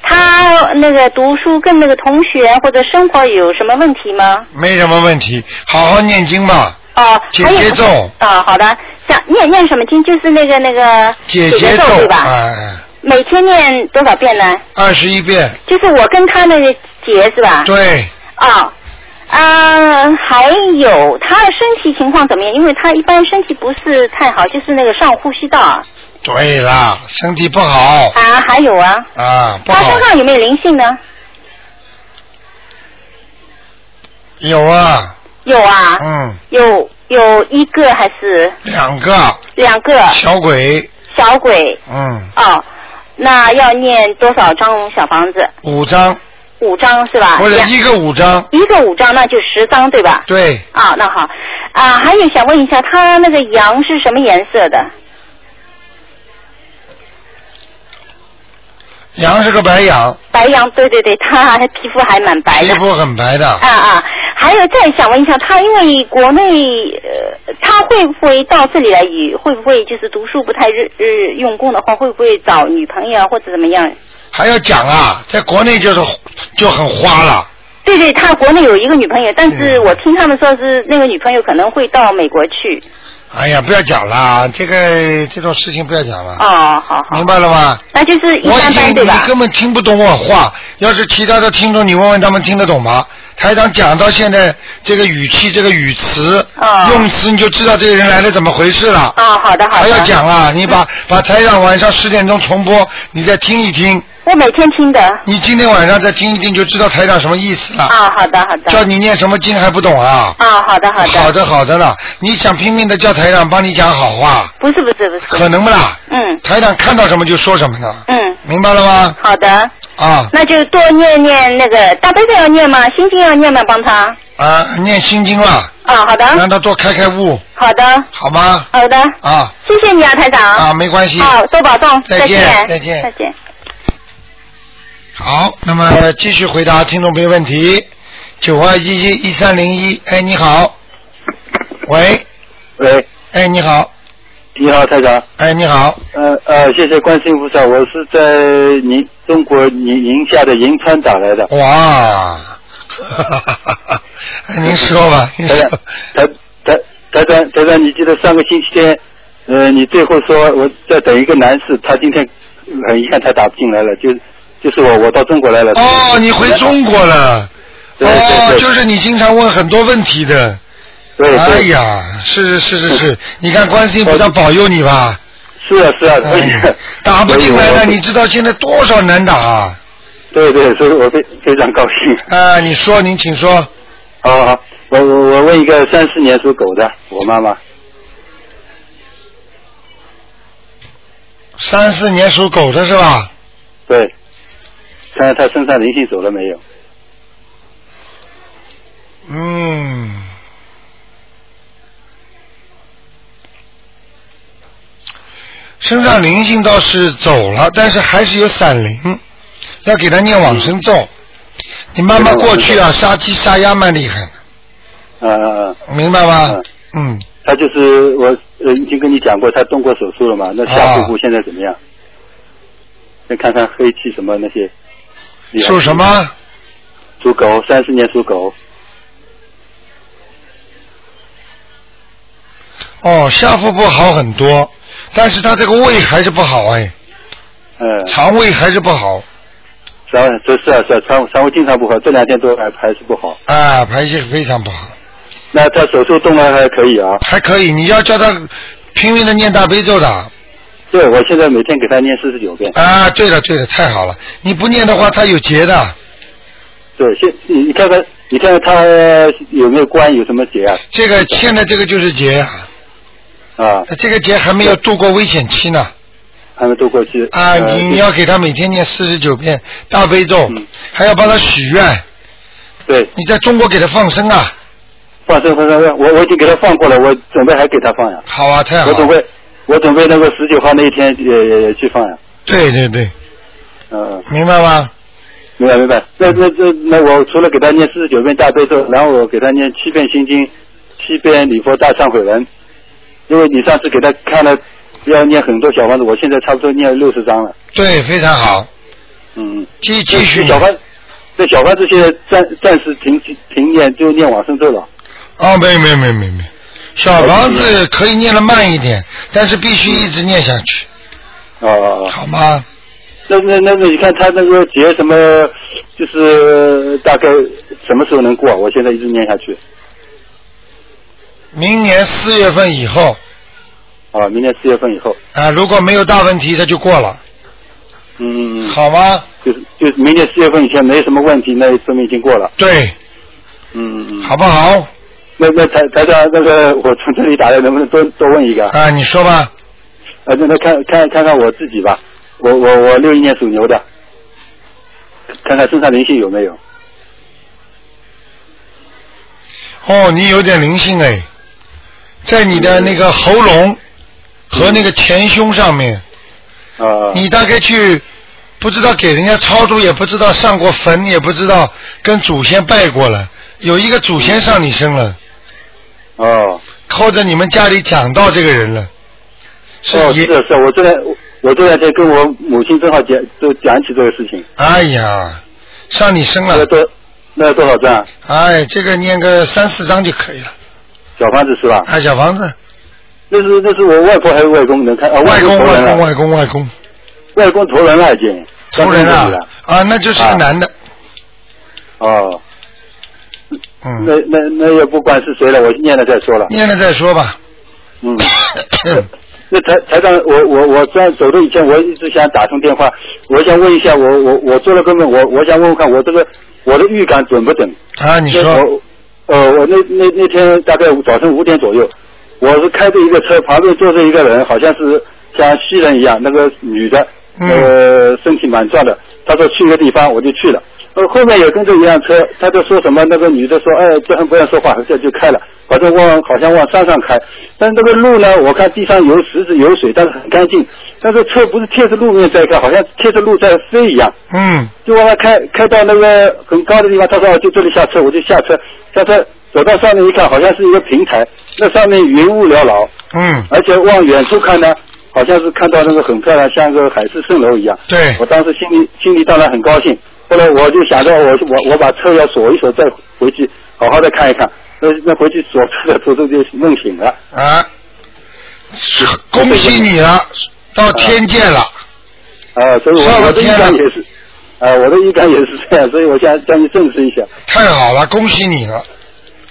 他那个读书跟那个同学或者生活有什么问题吗？没什么问题，好好念经吧。哦，姐还有姐咒啊、好的，想念念什么经？就是那个那个姐咒姐咒对吧？哎，每天念多少遍呢？二十一遍。就是我跟他那个结是吧？对，啊，嗯，还有他的身体情况怎么样？因为他一般身体不是太好，就是那个上呼吸道啊，对啦，身体不好啊还有啊，啊，不他好身上有没有灵性呢？有啊，有啊，嗯，有有一个还是两个两个小鬼，小鬼哎嗯，哦，那要念多少张小房子？五张五张是吧？或者两一个五张，一个五张，那就十张对吧？对，啊，那好，啊，还有想问一下，他那个羊是什么颜色的？羊是个白羊，白羊，对对对，他皮肤还蛮白皮的。肤很白的哎啊，啊，还有再想问一下，他因为国内，呃，他会不会到这里来以，会不会就是读书不太日日用功的话，会不会找女朋友啊或者怎么样？还要讲啊，在国内就是就很花了。对对，他国内有一个女朋友，但是嗯我听他们说是那个女朋友可能会到美国去。哎呀，不要讲了，这个这种事情不要讲了。哦，好好。明白了吗？那就是一我般已般经对你吧？根本听不懂我话。要是其他的听众，你问问他们听得懂吗？台长讲到现在这个语气、这个语词、用词，你就知道这个人来了怎么回事了。啊、哦好的好的。还要讲啊！你把、把台长晚上十点钟重播，你再听一听。我每天听的。你今天晚上再听一听，就知道台长什么意思了。哦啊，好的好的。叫你念什么经还不懂啊？啊，好的好的。好的好的了，你想拼命的叫台长帮你讲好话，不是不是不是。可能不啦？嗯台长看到什么就说什么呢？嗯。明白了吗？好的，啊那就多念念那个大悲咒要念吗？心经要念吗？帮他。啊，念心经了，啊，好的，让他多开开悟，好的，好吗？好的，啊谢谢你啊，台长。啊，没关系。好，多保重，再见见，再见再见。好，那么继续回答听众朋友问题。九二一一一三零一，哎，你好，喂，喂，哎，你好， 你好，台长。哎，你好，呃呃，谢谢观世音菩萨，我是在宁中国宁宁夏的银川打 来的。哇， 哎您说吧，您台说长，台台台长，台长，你记得上个星期天，呃，你最后说我在等一个男士，他今天很遗憾他打不进来了，就就是我我到中国来了。哦，你回中国了，对对哦，对就是你经常问很多问题的，对对哎呀，是是是 是，你看观世音菩萨保佑你吧，哎是啊是啊，所以、 打不进来所以了，我你知道现在多少难打啊？对对，所以我非非常高兴。啊，你说，您请说。好好，我我我问一个三四年属狗的，我妈妈。三四年属狗的是吧？对，看看他身上灵性走了没有？嗯，身上灵性倒是走了，但是还是有闪灵，要给他念往生嗯咒。你妈妈过去啊，杀鸡杀鸭蛮厉害的，嗯嗯嗯。明白吗？嗯嗯，他就是我呃已经跟你讲过，他动过手术了嘛？那下腹部现在怎么样？再看看黑气什么那些。厉害属什？么？属狗，三十年属狗。哦，下腹部好很多，但是他这个胃还是不好哎，嗯。肠胃还是不好，肠这是啊是啊，肠肠胃经常不好，这两天都还还是不好。啊，排泄非常不好。那他手术动了还可以啊？还可以，你要叫他拼命的念大悲咒的。对，我现在每天给他念四十九遍。啊，对了对了，太好了！你不念的话，他有劫的。对，现你你看看，你看看他有没有关，有什么结啊？这个现在这个就是劫啊，啊，这个劫还没有度过危险期呢。还没渡过去。啊，呃你你要给他每天念四十九遍大悲咒，还要帮他许愿。嗯对。你在中国给他放生啊？放生放生，我我已经给他放过了，我准备还给他放呀。好啊，太好我准了。备我准备那个十九号那一天也去放呀。对对对，嗯，明白吗？明白明白。那那这那我除了给他念四十九遍大悲咒，然后我给他念七遍心经，七遍礼佛大忏悔文，因为你上次给他看了要念很多小房子，我现在差不多念六十张了。对，非常好。嗯，继继续这小房。这小房子现在暂暂时停停念，就念往生咒了。哦，没有没有没有没有没有，小房子可以念的慢一点，但是必须一直念下去，哦、好吗？那那那那，你看他那个节什么，就是大概什么时候能过？啊我现在一直念下去。明年四月份以后，啊，明年四月份以后，啊，如果没有大问题，它就过了，嗯，好吗？就是就是明年四月份以前没什么问题，那说明已经过了。对，嗯嗯。好不好？那那台台长，那个我从这里打来，能不能多多问一个？啊，你说吧，啊，那那看看看看我自己吧，我我我六一年属牛的，看看身上灵性有没有？哦，你有点灵性哎，在你的那个喉咙和那个前胸上面，嗯啊、你大概去不知道给人家超度，也不知道上过坟，也不知道跟祖先拜过了，有一个祖先上你身了，嗯哦，或者你们家里讲到这个人了，是哦，是爷的是的，我这两我这两天跟我母亲正好讲，就讲起这个事情。哎呀，上你身了。那多那要多少张？啊哎，这个念个三四章就可以了。小房子是吧？哎，小房子，那是那是我外婆还有外公能看啊？外公公投外人公了，外公外公，外公投人了已经。同人刚刚投啊人了啊，那就是个男的，哦。嗯。那那那也不管是谁了，我念了再说了。念了再说吧。嗯。那台台长，我我我在走路以前，我一直想打通电话，我想问一下，我我我做了个梦，我我想问问看，我这个我的预感准不准？啊，你说我呃，我那那那天大概早晨五点左右，我是开着一个车，旁边坐着一个人，好像是像西人一样，那个女的，嗯嗯呃，身体蛮壮的。他说去一个地方，我就去了。呃，后面也跟着一辆车，他就说什么，那个女的说，哎，不要不要说话，这就开了，反正往好像往山上开。但是那个路呢，我看地上有石子有水，但是很干净。但是车不是贴着路面在开，好像贴着路在飞一样。嗯，就往那开开到那个很高的地方，他说哦就这里下车，我就下车，下车走到上面一看，好像是一个平台，那上面云雾缭绕，嗯，哎而且往远处看呢，好像是看到那个很漂亮，像个海市蜃楼一样。对，我当时心里心里当然很高兴，后来我就想着我我我把车要锁一锁，再回去好好的看一看。那那回去锁车的途中就梦醒了，啊，恭喜你了，到天界了。啊，所以上我了我的预天感了也是，啊，我的预感也是这样，所以我想向你证实一下。太好了，恭喜你了，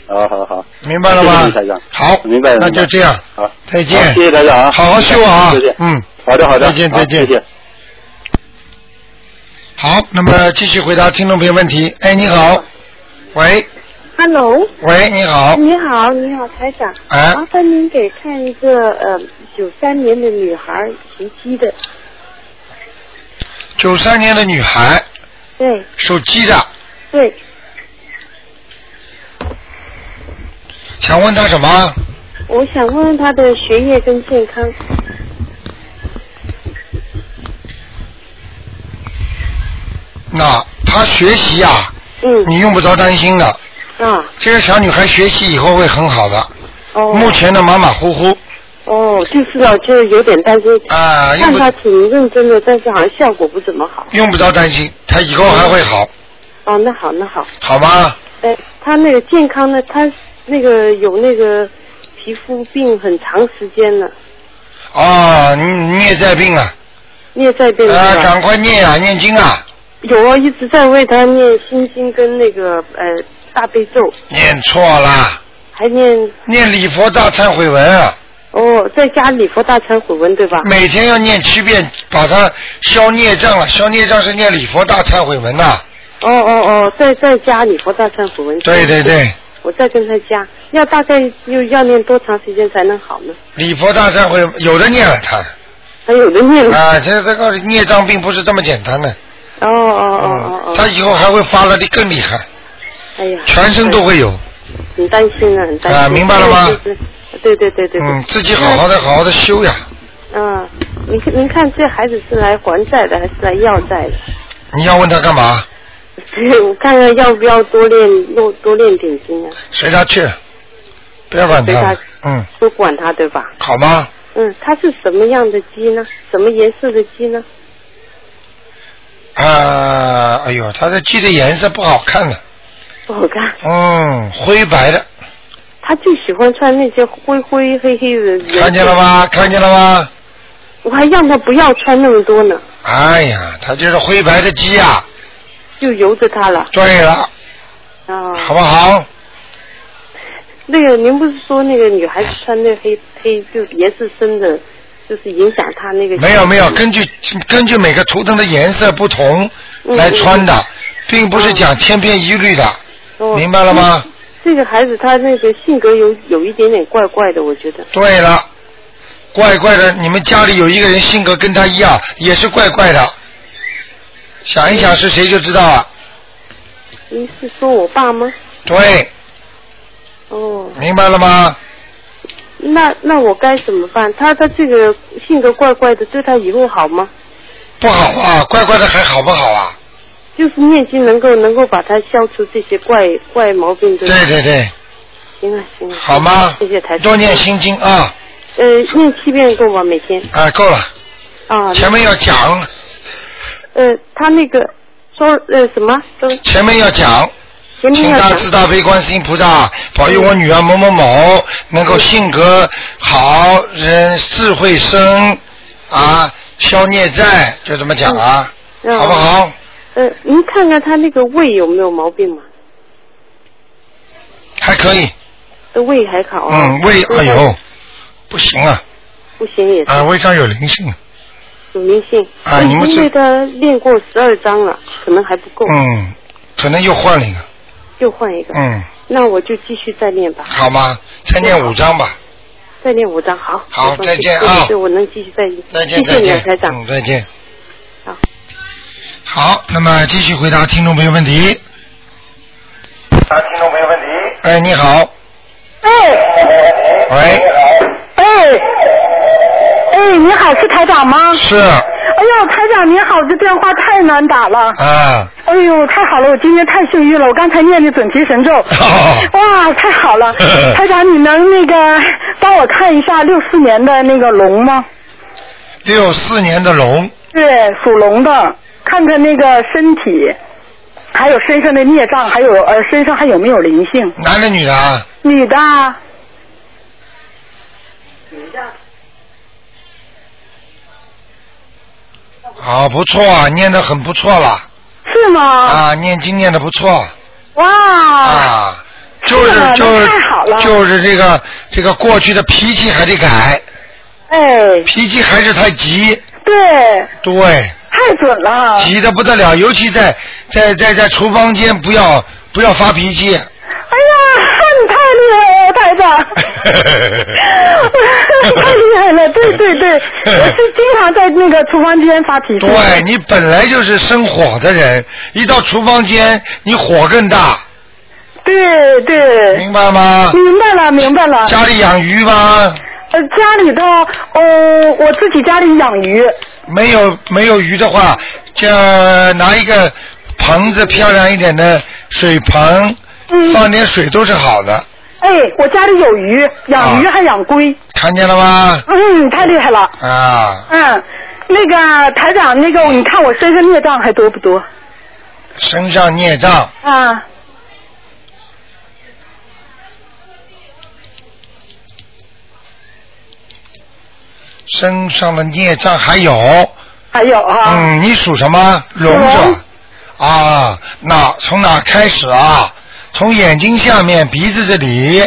好好好，明白了吗谢谢你台长，好明白了，那就这样明白好，再见好谢谢台长啊，好好修啊再见，嗯，好的好的，再见好再见谢谢。好，那么继续回答听众朋友问题。哎，你好，喂， Hello。喂你好你好，你好，台长。哎麻烦您给看一个呃九三年的女孩儿，属鸡的。九三年的女孩，对属鸡的，对，想问她什么？我想问问她的学业跟健康。那她学习呀、啊，嗯，你用不着担心的。啊，这个小女孩学习以后会很好的，哦。目前呢马马虎虎。哦，就是哦，就是有点担心。啊看用不她挺认真的，但是好像效果不怎么好。用不着担心，她以后还会好，哦，那好，那好。好吗？哎，她那个健康呢？她那个有那个皮肤病很长时间了，啊，你你也在病啊，孽在变。啊，赶快念啊，念经啊，有啊，一直在为他念心经跟那个呃大悲咒，念错啦，还念念礼佛大忏悔文啊，哦，在家礼佛大忏悔文对吧？每天要念七遍，把它消孽障了。消孽障是念礼佛大忏悔文呐、哦哦哦，在在家礼佛大忏悔文。对对对，我再跟他加，要大概又要念多长时间才能好呢？礼佛大忏悔有的念了他。还有的念了。啊，这这个孽障并不是这么简单的，哦哦哦哦哦，他以后还会发了的更厉害，哎呀，嗯哎全身都会有。很担心啊，很担心。啊明白了吗就是？对对对对。嗯，自己好好的好好的修呀。嗯，您看您看这孩子是来还债的还是来要债的？ 你要问他干嘛？对，我看看要不要多练多多练点经啊，随他去，不要管随他他。嗯，不管他对吧？好吗？嗯，它是什么样的鸡呢？什么颜色的鸡呢？啊，哎呦，他的鸡的颜色不好看的，不好看，嗯，灰白的，它就喜欢穿那些灰灰黑黑的。看见了？吗？看见了吗？我还让它不要穿那么多呢，哎呀，它就是灰白的鸡呀、就由着它了。对了，啊，好不好？那个您不是说那个女孩子穿那黑黑就颜色深的，就是影响她那个？没有没有，根据根据每个图腾的颜色不同嗯来穿的嗯，并不是讲千篇一律的，哦明白了吗？这个孩子他那个性格有有一点点怪怪的，我觉得。对了，怪怪的，你们家里有一个人性格跟他一样，也是怪怪的，想一想是谁就知道了。您是说我爸吗？对，哦，明白了吗？那那我该怎么办？他他这个性格怪怪的，对他以后好吗？不好啊，乖乖的还好不好啊？就是念经能够能够把它消除这些怪怪毛病，对吧？对对对，行了行了，好吗谢谢台长。多念心经啊！呃，念七遍够吧？每天啊，够了，啊。前面要讲，呃，他那个说呃什么？说啊前面要讲。前面请要大讲慈大悲观世音菩萨保佑我女儿某某某能够性格好，人智慧生啊，消孽债，就这么讲啊，嗯好不好？呃，您看看他那个胃有没有毛病嘛？还可以，呃胃还好啊。嗯，胃，就是哎呦，不行啊，不行也是啊，胃上有灵性，有灵性。啊我已你们经这为他练过十二章了，可能还不够，嗯，可能又换了一个，又换一个。嗯，那我就继续再练吧，好吗？再念五章吧，再练五章。好。好没关系再见对啊对对，我能继续再练。再见谢谢再你啊，见，台长。嗯，再见。好。好，那么继续回答听众朋友问题。啊，听众朋友问题。哎，你好，喂，哎，哎，你好，是台长吗？是哎呦，台长你好，这电话太难打了。啊，哎呦，太好了，我今天太幸运了，我刚才念的准提神咒。哦哇，太好 了，台长，你能那个帮我看一下六四年的那个龙吗？六四年的龙，对，属龙的，看看那个身体，还有身上的孽障，还有呃身上还有没有灵性？男的女的啊？女的啊，好，不错啊，念的很不错了。是吗？啊，念经念的不错哇，啊，就是吗是就是嗯那太好了就是这个这个过去的脾气还得改，哎，脾气还是太急，对，对，太准了。急的不得了，尤其在在在在厨房间不要不要发脾气，哎呀，你太厉害了，台长，太厉害了，哎对对对，我是经常在那个厨房间发脾 气。对你本来就是生火的人，一到厨房间你火更大，对对，明白吗？明白了，明白了。家里养鱼吗？呃，家里头，哦，我自己家里养鱼。没有没有鱼的话，就拿一个盆子漂亮一点的水盆，嗯放点水都是好的，哎，我家里有鱼，啊养鱼还养龟。看见了吗？嗯，太厉害了。啊，嗯，那个台长，那个你看我身上孽障还多不多？身上孽障，啊，身上的孽障还有，还有啊。嗯，你属什么？龙是吧？啊，哪从哪开始啊？从眼睛下面、鼻子这里，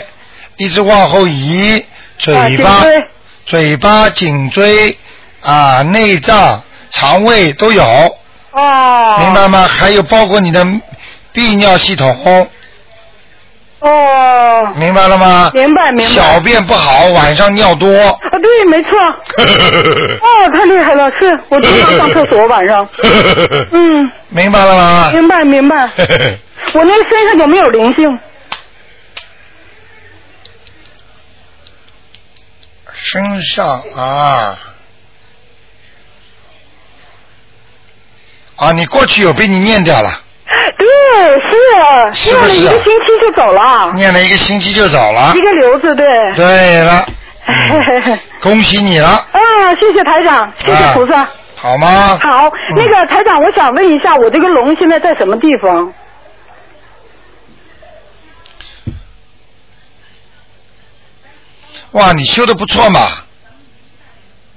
一直往后移，嘴巴、啊颈椎嘴巴、颈椎啊、内脏、肠胃都有，哦。明白吗？还有包括你的泌尿系统，哦。明白了吗？明白明白小便不好，晚上尿多。啊，对，没错。 哦，太厉害了，是我经常上厕所晚上。嗯，明白了 吗？明白明白。我那身上有没有灵性？身上啊。啊，你过去有被你念掉了，对，是是啊不是念了一个星期就走了，念了一个星期就走了 一。个瘤子，对。啊 对了，恭喜你了，啊，谢谢台长，谢谢菩啊萨。好吗？好，嗯那个台长，我想问一下，我这个龙现在在什么地方？哇，你修的不错嘛。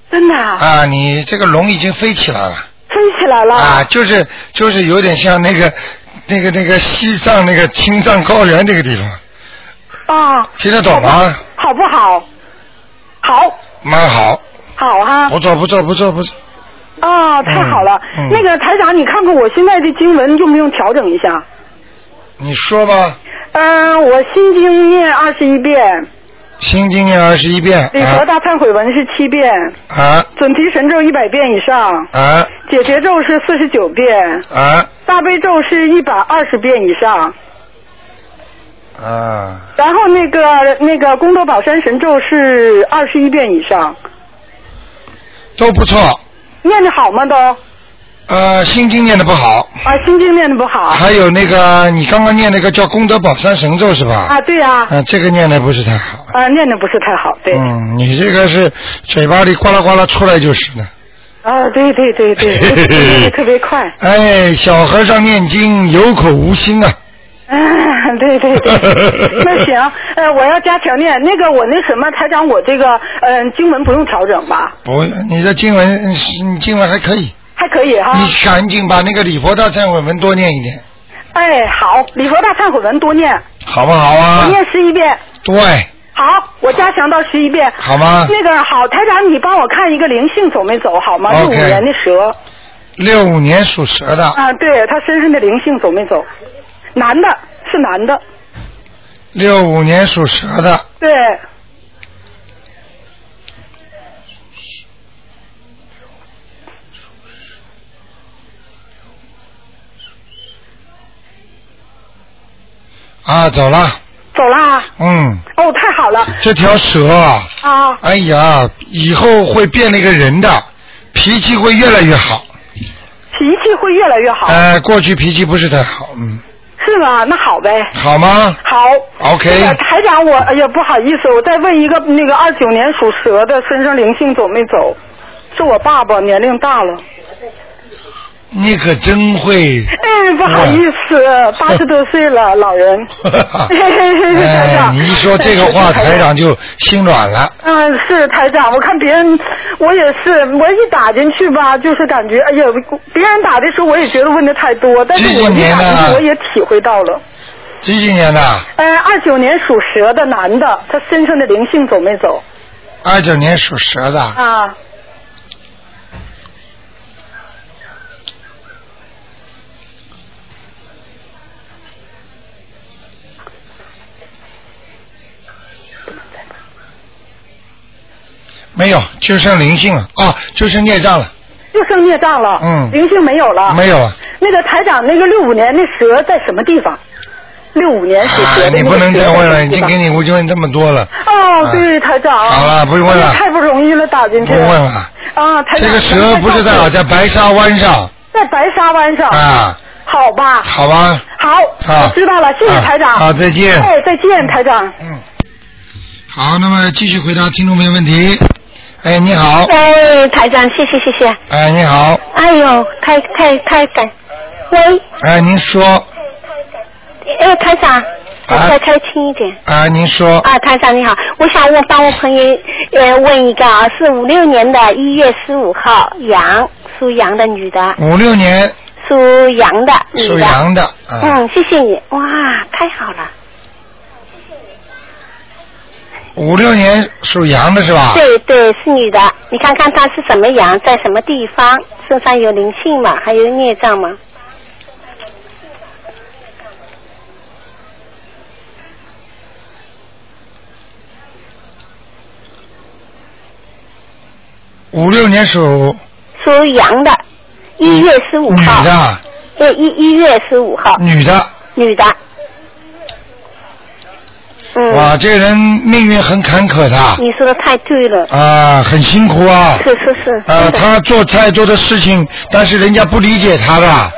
真的啊啊，你这个龙已经飞起来了。飞起来了。啊，就是就是有点像那个那个那个西藏那个青藏高原那个地方，啊，听得懂吗？好不好？好，蛮好，好哈。不错不错不错不错。啊，太好了。嗯嗯那个台长，你看看我现在的经文用不用调整一下？你说吧，嗯、我心经念二十一遍，心经念二十一遍礼佛大忏悔文是七遍，啊准提神咒一百遍以上，啊解结咒是四十九遍，啊大悲咒是一百二十遍以上，啊！然后那个那个功德宝山神咒是二十一遍以上，都不错，念的好吗都？呃，心经念的不好，啊，心经念的不好。还有那个你刚刚念那个叫功德宝山神咒是吧？啊，对呀、啊，啊啊，这个念的不是太好。念的不是太好，对。嗯，你这个是嘴巴里呱啦呱啦出来就是的。啊，对对对对，念 得特别快。哎，小和尚念经有口无心啊。嗯，对 对对，那行，呃，我要加强念。那个我那什么，台长，我这个嗯、经文不用调整吧？不，你的经文，嗯是你经文还可以。还可以哈。啊你赶紧把那个礼佛大忏悔文多念一念，哎，好，礼佛大忏悔文多念，好不好我啊？念十一遍。对，好，我加强到十一遍。好吗那个好，台长，你帮我看一个灵性走没走，好吗？六五 OK 年的蛇六五年属蛇的，啊，对他身上的灵性走没走？男的，是男的，六五年属蛇的，对，啊，走了，走啦。嗯，哦，太好了。这条蛇啊，啊，哎呀，以后会变那个人的，脾气会越来越好。脾气会越来越好，哎、过去脾气不是太好，嗯，是吗？那好呗。好吗？好 OK 那个台长，我哎呀不好意思，我再问一个，那个二九年属蛇的身上灵性走没走？是我爸爸，年龄大了。你可真 会，哎，不好意思，嗯八十多岁了，老人。台哎，长你一说这个 话，台长就心软了。嗯，是台长，我看别人，我也是，我一打进去吧，就是感觉，哎呀，别人打的时候我也觉得问的太多，但是我几几一年打的进去我也体会到了。几几年的？呃，二九年属蛇的男的，他身上的灵性走没走？二九年属蛇的，啊，没有，就剩灵性了啊，就剩孽障了。就剩孽障了，嗯灵性没有了，没有啊了。那个台长，那个六五年那蛇在什么地方？六五年属蛇啊，的那你个不能蛇再问在了，已什么地经方给你我就问这么多了，哦啊，对，台长。好了不用问了哎太不容易了，打进去。不问。了。啊，台这长。个蛇不是在好，在白沙湾上在白沙湾上。啊，好吧。好吧？好，啊我知道了，谢谢啊台长。好再见哎，再见，台长。好，那么继续回答听众朋友问题。哎，你好，哎，台长，谢谢谢谢。哎，你好，哎呦，太太太感，喂，哎，您说，哎，台长，我再开轻一点。哎，您说，啊，台长你好，我想问帮我朋友呃问一个啊，是五六年的一月十五号羊，属羊的女的，五六年属羊的女属羊的，啊，嗯，谢谢你，哇，太好了。五六年属羊的是吧？对对，是女的，你看看她是什么羊，在什么地方，身上有灵性吗？还有孽障吗？五六年属属羊的，一月十五嗯女号。的，对，一一月十五号。女的，女的。嗯。哇，这人命运很坎坷的，你说的太对了。啊，很辛苦啊，是是是。啊，是的他做太多的事情，但是人家不理解他的，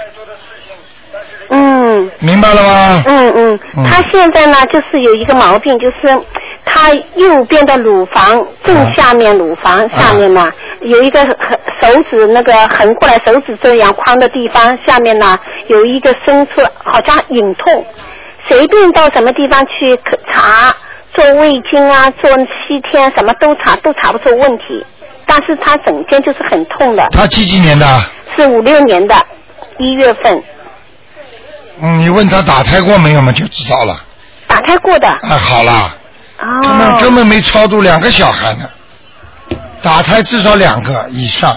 嗯。明白了吗？嗯嗯，他现在呢，就是有一个毛病，就是他右边的乳房正下面乳啊房下面呢，有一个横手指那个横过来手指这样宽的地方下面呢，有一个伸出来，好像隐痛。随便到什么地方去可查，做胃镜啊，做西天什么都查都查不出问题，但是他整天就是很痛的，他几几年的？是五六年的一月份嗯，你问他打胎过没有嘛，就知道了。打胎过的。哎，好啦，根本哦。根本没超度两个小孩呢，打胎至少两个以上，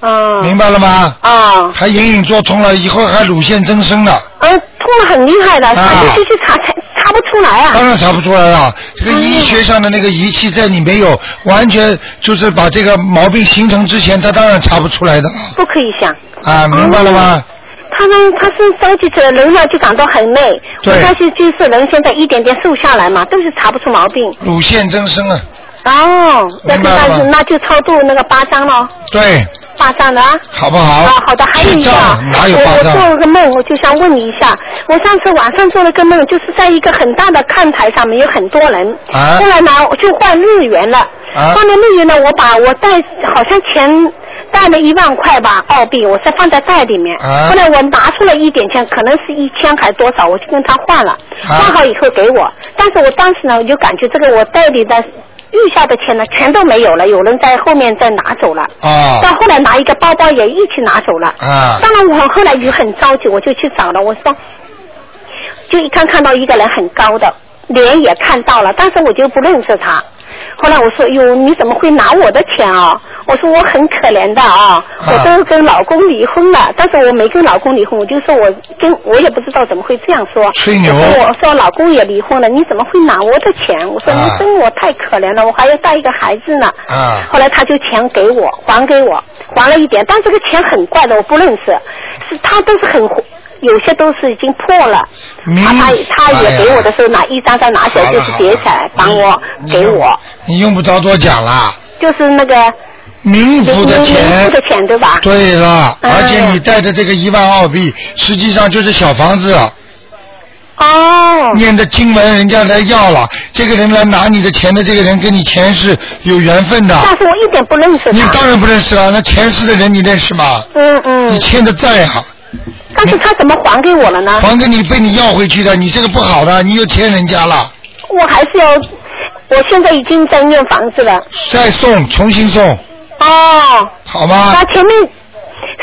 嗯。明白了吗？啊。还隐隐作痛了，以后还乳腺增生了，嗯，痛得很厉害的，啊上去去查查查不出来啊。嗯当然查不出来了。这个医学上的那个仪器在你没有完全就是把这个毛病形成之前，他当然查不出来的了不可以想。啊，明白了吗？哦他们他是着急着人呢就感到很累，我对但是就是人现在一点点瘦下来嘛，都是查不出毛病。乳腺增生啊，哦，那明就白了吗那就那就超度那个八张喽。对，画上的啊。好不好啊，好的，还有一个啊是这样，哪有我画我上做了个梦，我就想问你一下，我上次晚上做了个梦，就是在一个很大的看台上面有很多人，啊后来呢我就换日元了，啊换了日元呢，我把我带好像钱。带了一万块吧，澳币，我是放在袋里面。啊后来我拿出了一点钱，可能是一千还多少，我就跟他换了。啊换好以后给我，但是我当时呢，我就感觉这个我袋里的余下的钱呢，全都没有了，有人在后面再拿走了。啊到后来拿一个包包也一起拿走了。啊当然，我后来也很着急，我就去找了。我说，就一看看到一个人很高的，脸也看到了，但是我就不认识他。后来我说，哟，你怎么会拿我的钱啊？我说我很可怜的啊，我都跟老公离婚了，但是我没跟老公离婚，我就说我跟我也不知道怎么会这样说。吹牛我说我说老公也离婚了，你怎么会拿我的钱？我说啊你跟我太可怜了，我还要带一个孩子呢。啊后来他就钱给我，还给我，还了一点，但这个钱很怪的，我不认识，是他都是很，有些都是已经破了，啊，他他也给我的时哎候拿一张张拿起来就是叠起来，帮我嗯给我，你用不着多讲了，就是那个冥府嗯的民钱民付的钱对吧？对了，嗯而且你带的这个一万澳币，实际上就是小房子。哦。念的经文，人家来要了，这个人来拿你的钱的，这个人跟你前世有缘分的。但是我一点不认识你当然不认识了，那前世的人你认识吗？嗯嗯。你欠的债啊，但是他怎么还给我了呢？还给你被你要回去的，你这个不好的，你又欠人家了，我还是要，我现在已经在念房子了。再送，重新送，哦。好吗？那前面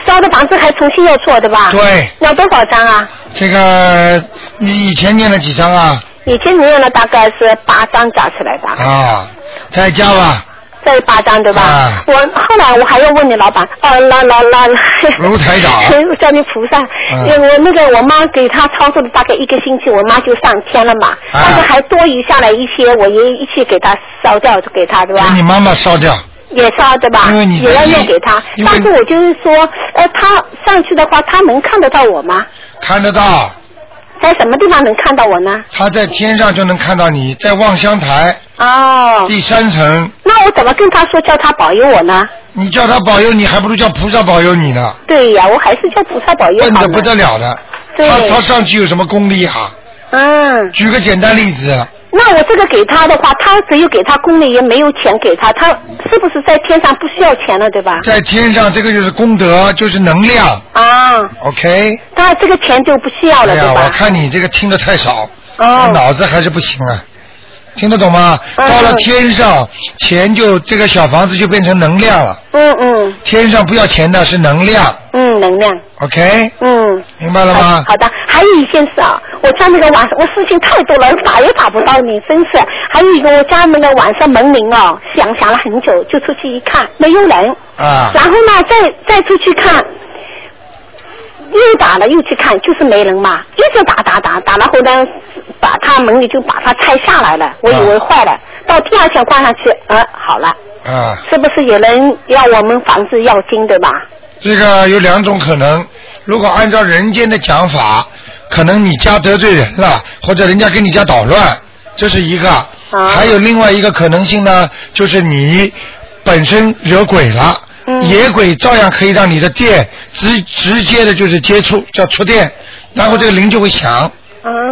烧的房子还重新要做对吧？对。要多少张啊？这个你以前念了几张啊？以前你用了大概是八张加起来的，啊，再加吧，这八张对吧？啊我后来我还要问你老板，哦，老老老，卢台 长叫你菩萨，嗯因为我那个我妈给她操作了大概一个星期，我妈就上天了嘛，啊哎但是还多余下来一些，我也一起给她烧掉，就给她对吧？给你妈妈烧掉。也烧对吧？因为你也要念给她，因为但是我就是说，呃，她上去的话，她能看得到我吗？看得到，在什么地方能看到我呢？他在天上就能看到你，在望乡台哦，第三层，那我怎么跟她说叫她保佑我呢？你叫他保佑你，还不如叫菩萨保佑你呢，对呀，我还是叫菩萨保佑笨好的呢不得了的。对他他上去有什么功力啊？嗯。举个简单例子，那我这个给他的话，他只有给他功力，也没有钱给他，他是不是在天上不需要钱了，对吧？在天上这个就是功德，就是能量。啊， OK。他这个钱就不需要了，哎呀，对我吧？看你这个听的太少，哦嗯脑子还是不行啊，听得懂吗？到了天上，钱就这个小房子就变成能量了。嗯嗯天上不要钱的是能量嗯，能量。 ，OK？嗯，明白了好吗？好的，还有一件事啊，我家那个晚上我事情太多了，打也打不到你，真是。还有一个我家那个晚上门铃哦，响响了很久，就出去一看没有人，啊然后呢，再再出去看，又打了又去看，就是没人嘛，一直打打打打了后呢，把他门里就把它拆下来了，我以为坏了，到第二天挂上去，呃，好了，啊，是不是有人要我们房子要金对吧？这个有两种可能，如果按照人间的讲法，可能你家得罪人了，或者人家跟你家捣乱，这是一个。还有另外一个可能性呢，就是你本身惹鬼了。野鬼照样可以让你的电直直接的就是接触，叫触电，然后这个铃就会响。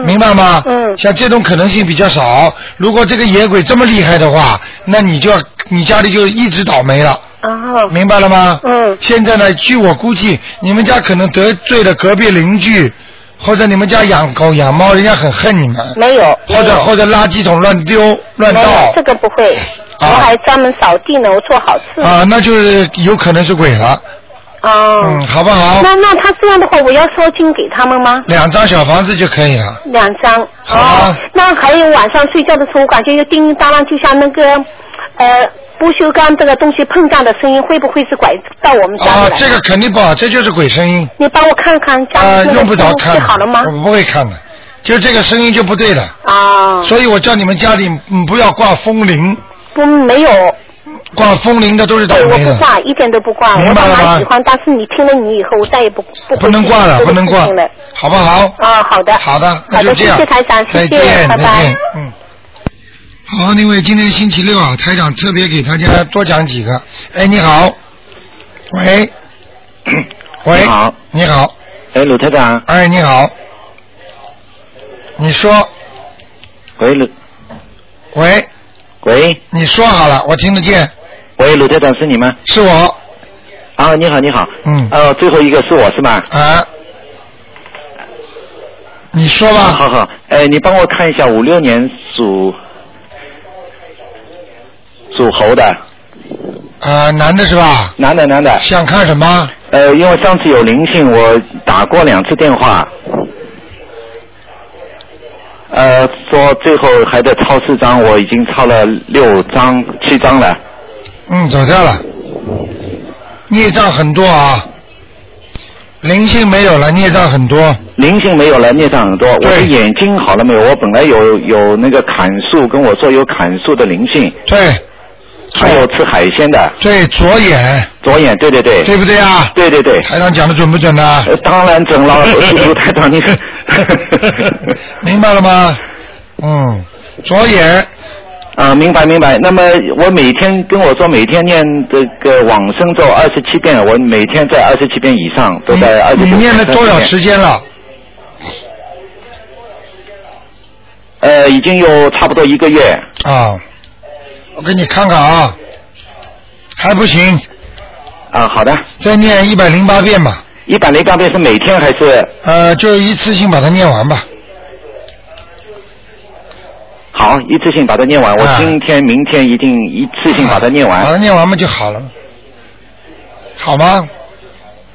明白吗？嗯，像这种可能性比较少。如果这个野鬼这么厉害的话，那你就要你家里就一直倒霉了。哦，明白了吗？啊嗯。现在呢，据我估计，你们家可能得罪了隔壁邻居，或者你们家养狗养猫，人家很恨你们。没有，或者或者垃圾桶乱丢乱没倒有这个不会，我还专门扫地呢，我做好事。啊，那就是有可能是鬼了。哦，嗯，好不好？那那他这样的话，我要烧金给他们吗？两张小房子就可以了。两张。啊哦，那还有晚上睡觉的时候，我感觉有叮叮当当，就像那个呃不锈钢这个东西碰撞的声音，会不会是拐到我们家里啊来？，这个肯定不好，这就是鬼声音。你帮我看看家啊，里那用不个着东看西的，好了吗？我不会看的，就这个声音就不对了。啊，所以我叫你们家里嗯不要挂风铃，不没有。挂风铃的都是倒对，我霉不的。挂，一点都不挂。明我白爸了吗妈喜欢，但是你听了你以后，我再也不不不能会挂了这个不能挂事情了好不好？啊，好的。好的，那好就的，这谢样。谢台长，谢再见，谢，拜再拜见。，嗯。好，因为今天星期六啊，台长特别给大家多讲几个。哎，你好，喂，喂，你好，你好，哎，鲁台长，哎，你好，你说，喂鲁，喂，喂，你说好了，我听得见，喂，鲁台长是你吗？是我，啊，你好，你好，嗯，哦，最后一个是我是吧？啊，你说吧。好好，哎，你帮我看一下五六年属属猴的呃，男的是吧？男的，男的。想看什么？呃，因为上次有灵性，我打过两次电话，呃，说最后还得抄四张，我已经抄了六张、七张了。嗯，走掉了，孽障很多啊，灵性没有了，孽障很多，灵性没有了，孽障很多。我的眼睛好了没有？我本来有有那个砍树跟我说有砍树的灵性，对还有吃海鲜的，对，左眼，左眼，对对对，对不对啊？对对对，台长讲的准不准呢、呃当然准了，卢台长你。 明白了吗？ 嗯，左眼。啊，明白明白。那么我每天跟我说每天念这个往生咒二十七遍，我每天在二十七遍以上，都在二十。你念了多少时？间了？呃，已经有差不多一个月。啊，我给你看看啊，还不行，啊，好的。再念一百零八遍吧。一百零八遍是每天还是？呃，就一次性把它念完吧。好，一次性把它念完。我今天、明天一定一次性把它念完。啊把它念完嘛就好了，好吗？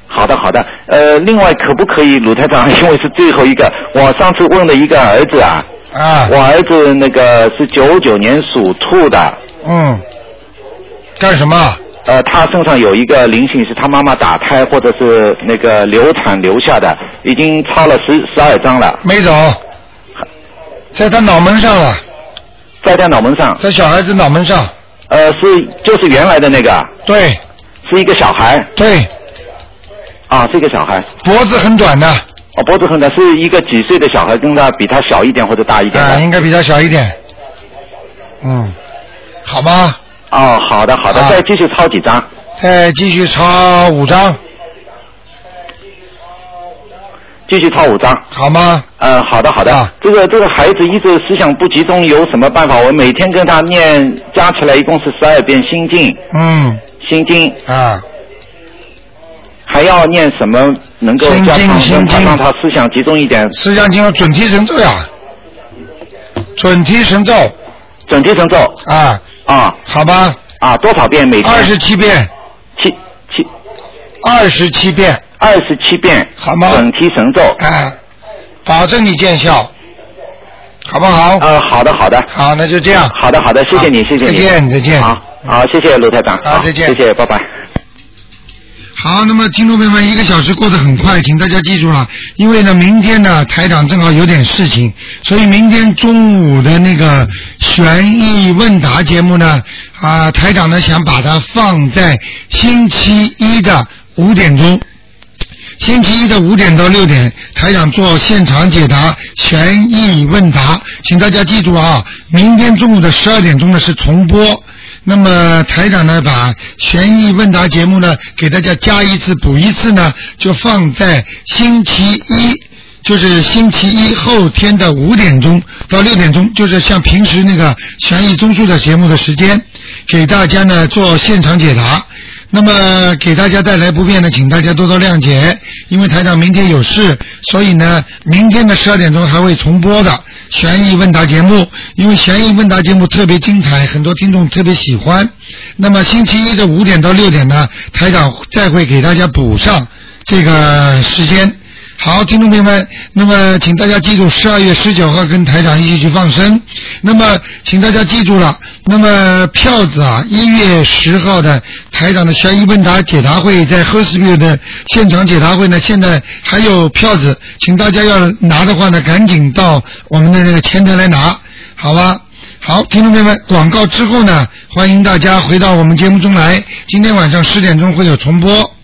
好的，好的。呃，另外可不可以，鲁台长，因为是最后一个，我上次问了一个儿子啊，啊，我儿子那个是九九年属兔的，嗯，干什么？呃，他身上有一个灵性是他妈妈打胎或者是那个流产留下的，已经超了十十二张了，没走，在他脑门上了，在他脑门上。在小孩子脑门上。呃，是就是原来的那个，对是一个小孩对，啊，是一个小孩。脖子很短的，哦，脖子很短，是一个几岁的小孩，跟他比他小一点或者大一点的。啊，应该比他小一点，嗯，好吗？哦，好的好的，啊再继续抄几张。再继续抄五张，继续抄五张。好吗？啊呃，好的，好的。这个这个孩子一直思想不集中，有什么办法？我每天跟他念，加起来一共是十二遍心经，嗯，心经啊，还要念什么能够心经加强心经他让他思想集中一点？思想经有准提神咒呀，准提神咒准提神咒啊，啊，好吧，啊，多少遍每天？二十七遍，七七，二十七遍，二十七遍，好吗？准提神咒。啊，保证你见效，好不好？呃，好的，好的。好，那就这样。好的，好的，谢谢你，好谢谢你。再见再见好，好，谢谢卢台长。好，再见谢谢，拜拜。好，那么听众朋友们，一个小时过得很快，请大家记住了，因为呢，明天呢，台长正好有点事情，所以明天中午的那个悬疑问答节目呢，啊，台长呢想把它放在星期一的五点钟。星期一的五点到六点，台长做现场解答悬疑问答，请大家记住啊，明天中午的十二点钟呢是重播。那么台长呢，把悬疑问答节目呢给大家加一次补一次呢，就放在星期一，就是星期一后天的五点钟到六点钟，就是像平时那个悬疑综述的节目的时间，给大家呢做现场解答。那么给大家带来不便呢，请大家多多谅解，因为台长明天有事，所以呢，明天的十二点钟还会重播的悬疑问答节目，因为悬疑问答节目特别精彩，很多听众特别喜欢。那么星期一的五点到六点呢，台长再会给大家补上这个时间。好，听众朋友们，那么请大家记住，十二月十九号跟台长一起去放生。那么，请大家记住了，那么票子啊，一月十号的台长的悬疑问答解答会在 h e r s b i 的现场解答会呢，现在还有票子，请大家要拿的话呢，赶紧到我们的那个前台来拿，好吧？好，听众朋友们，广告之后呢，欢迎大家回到我们节目中来。今天晚上十点钟会有重播。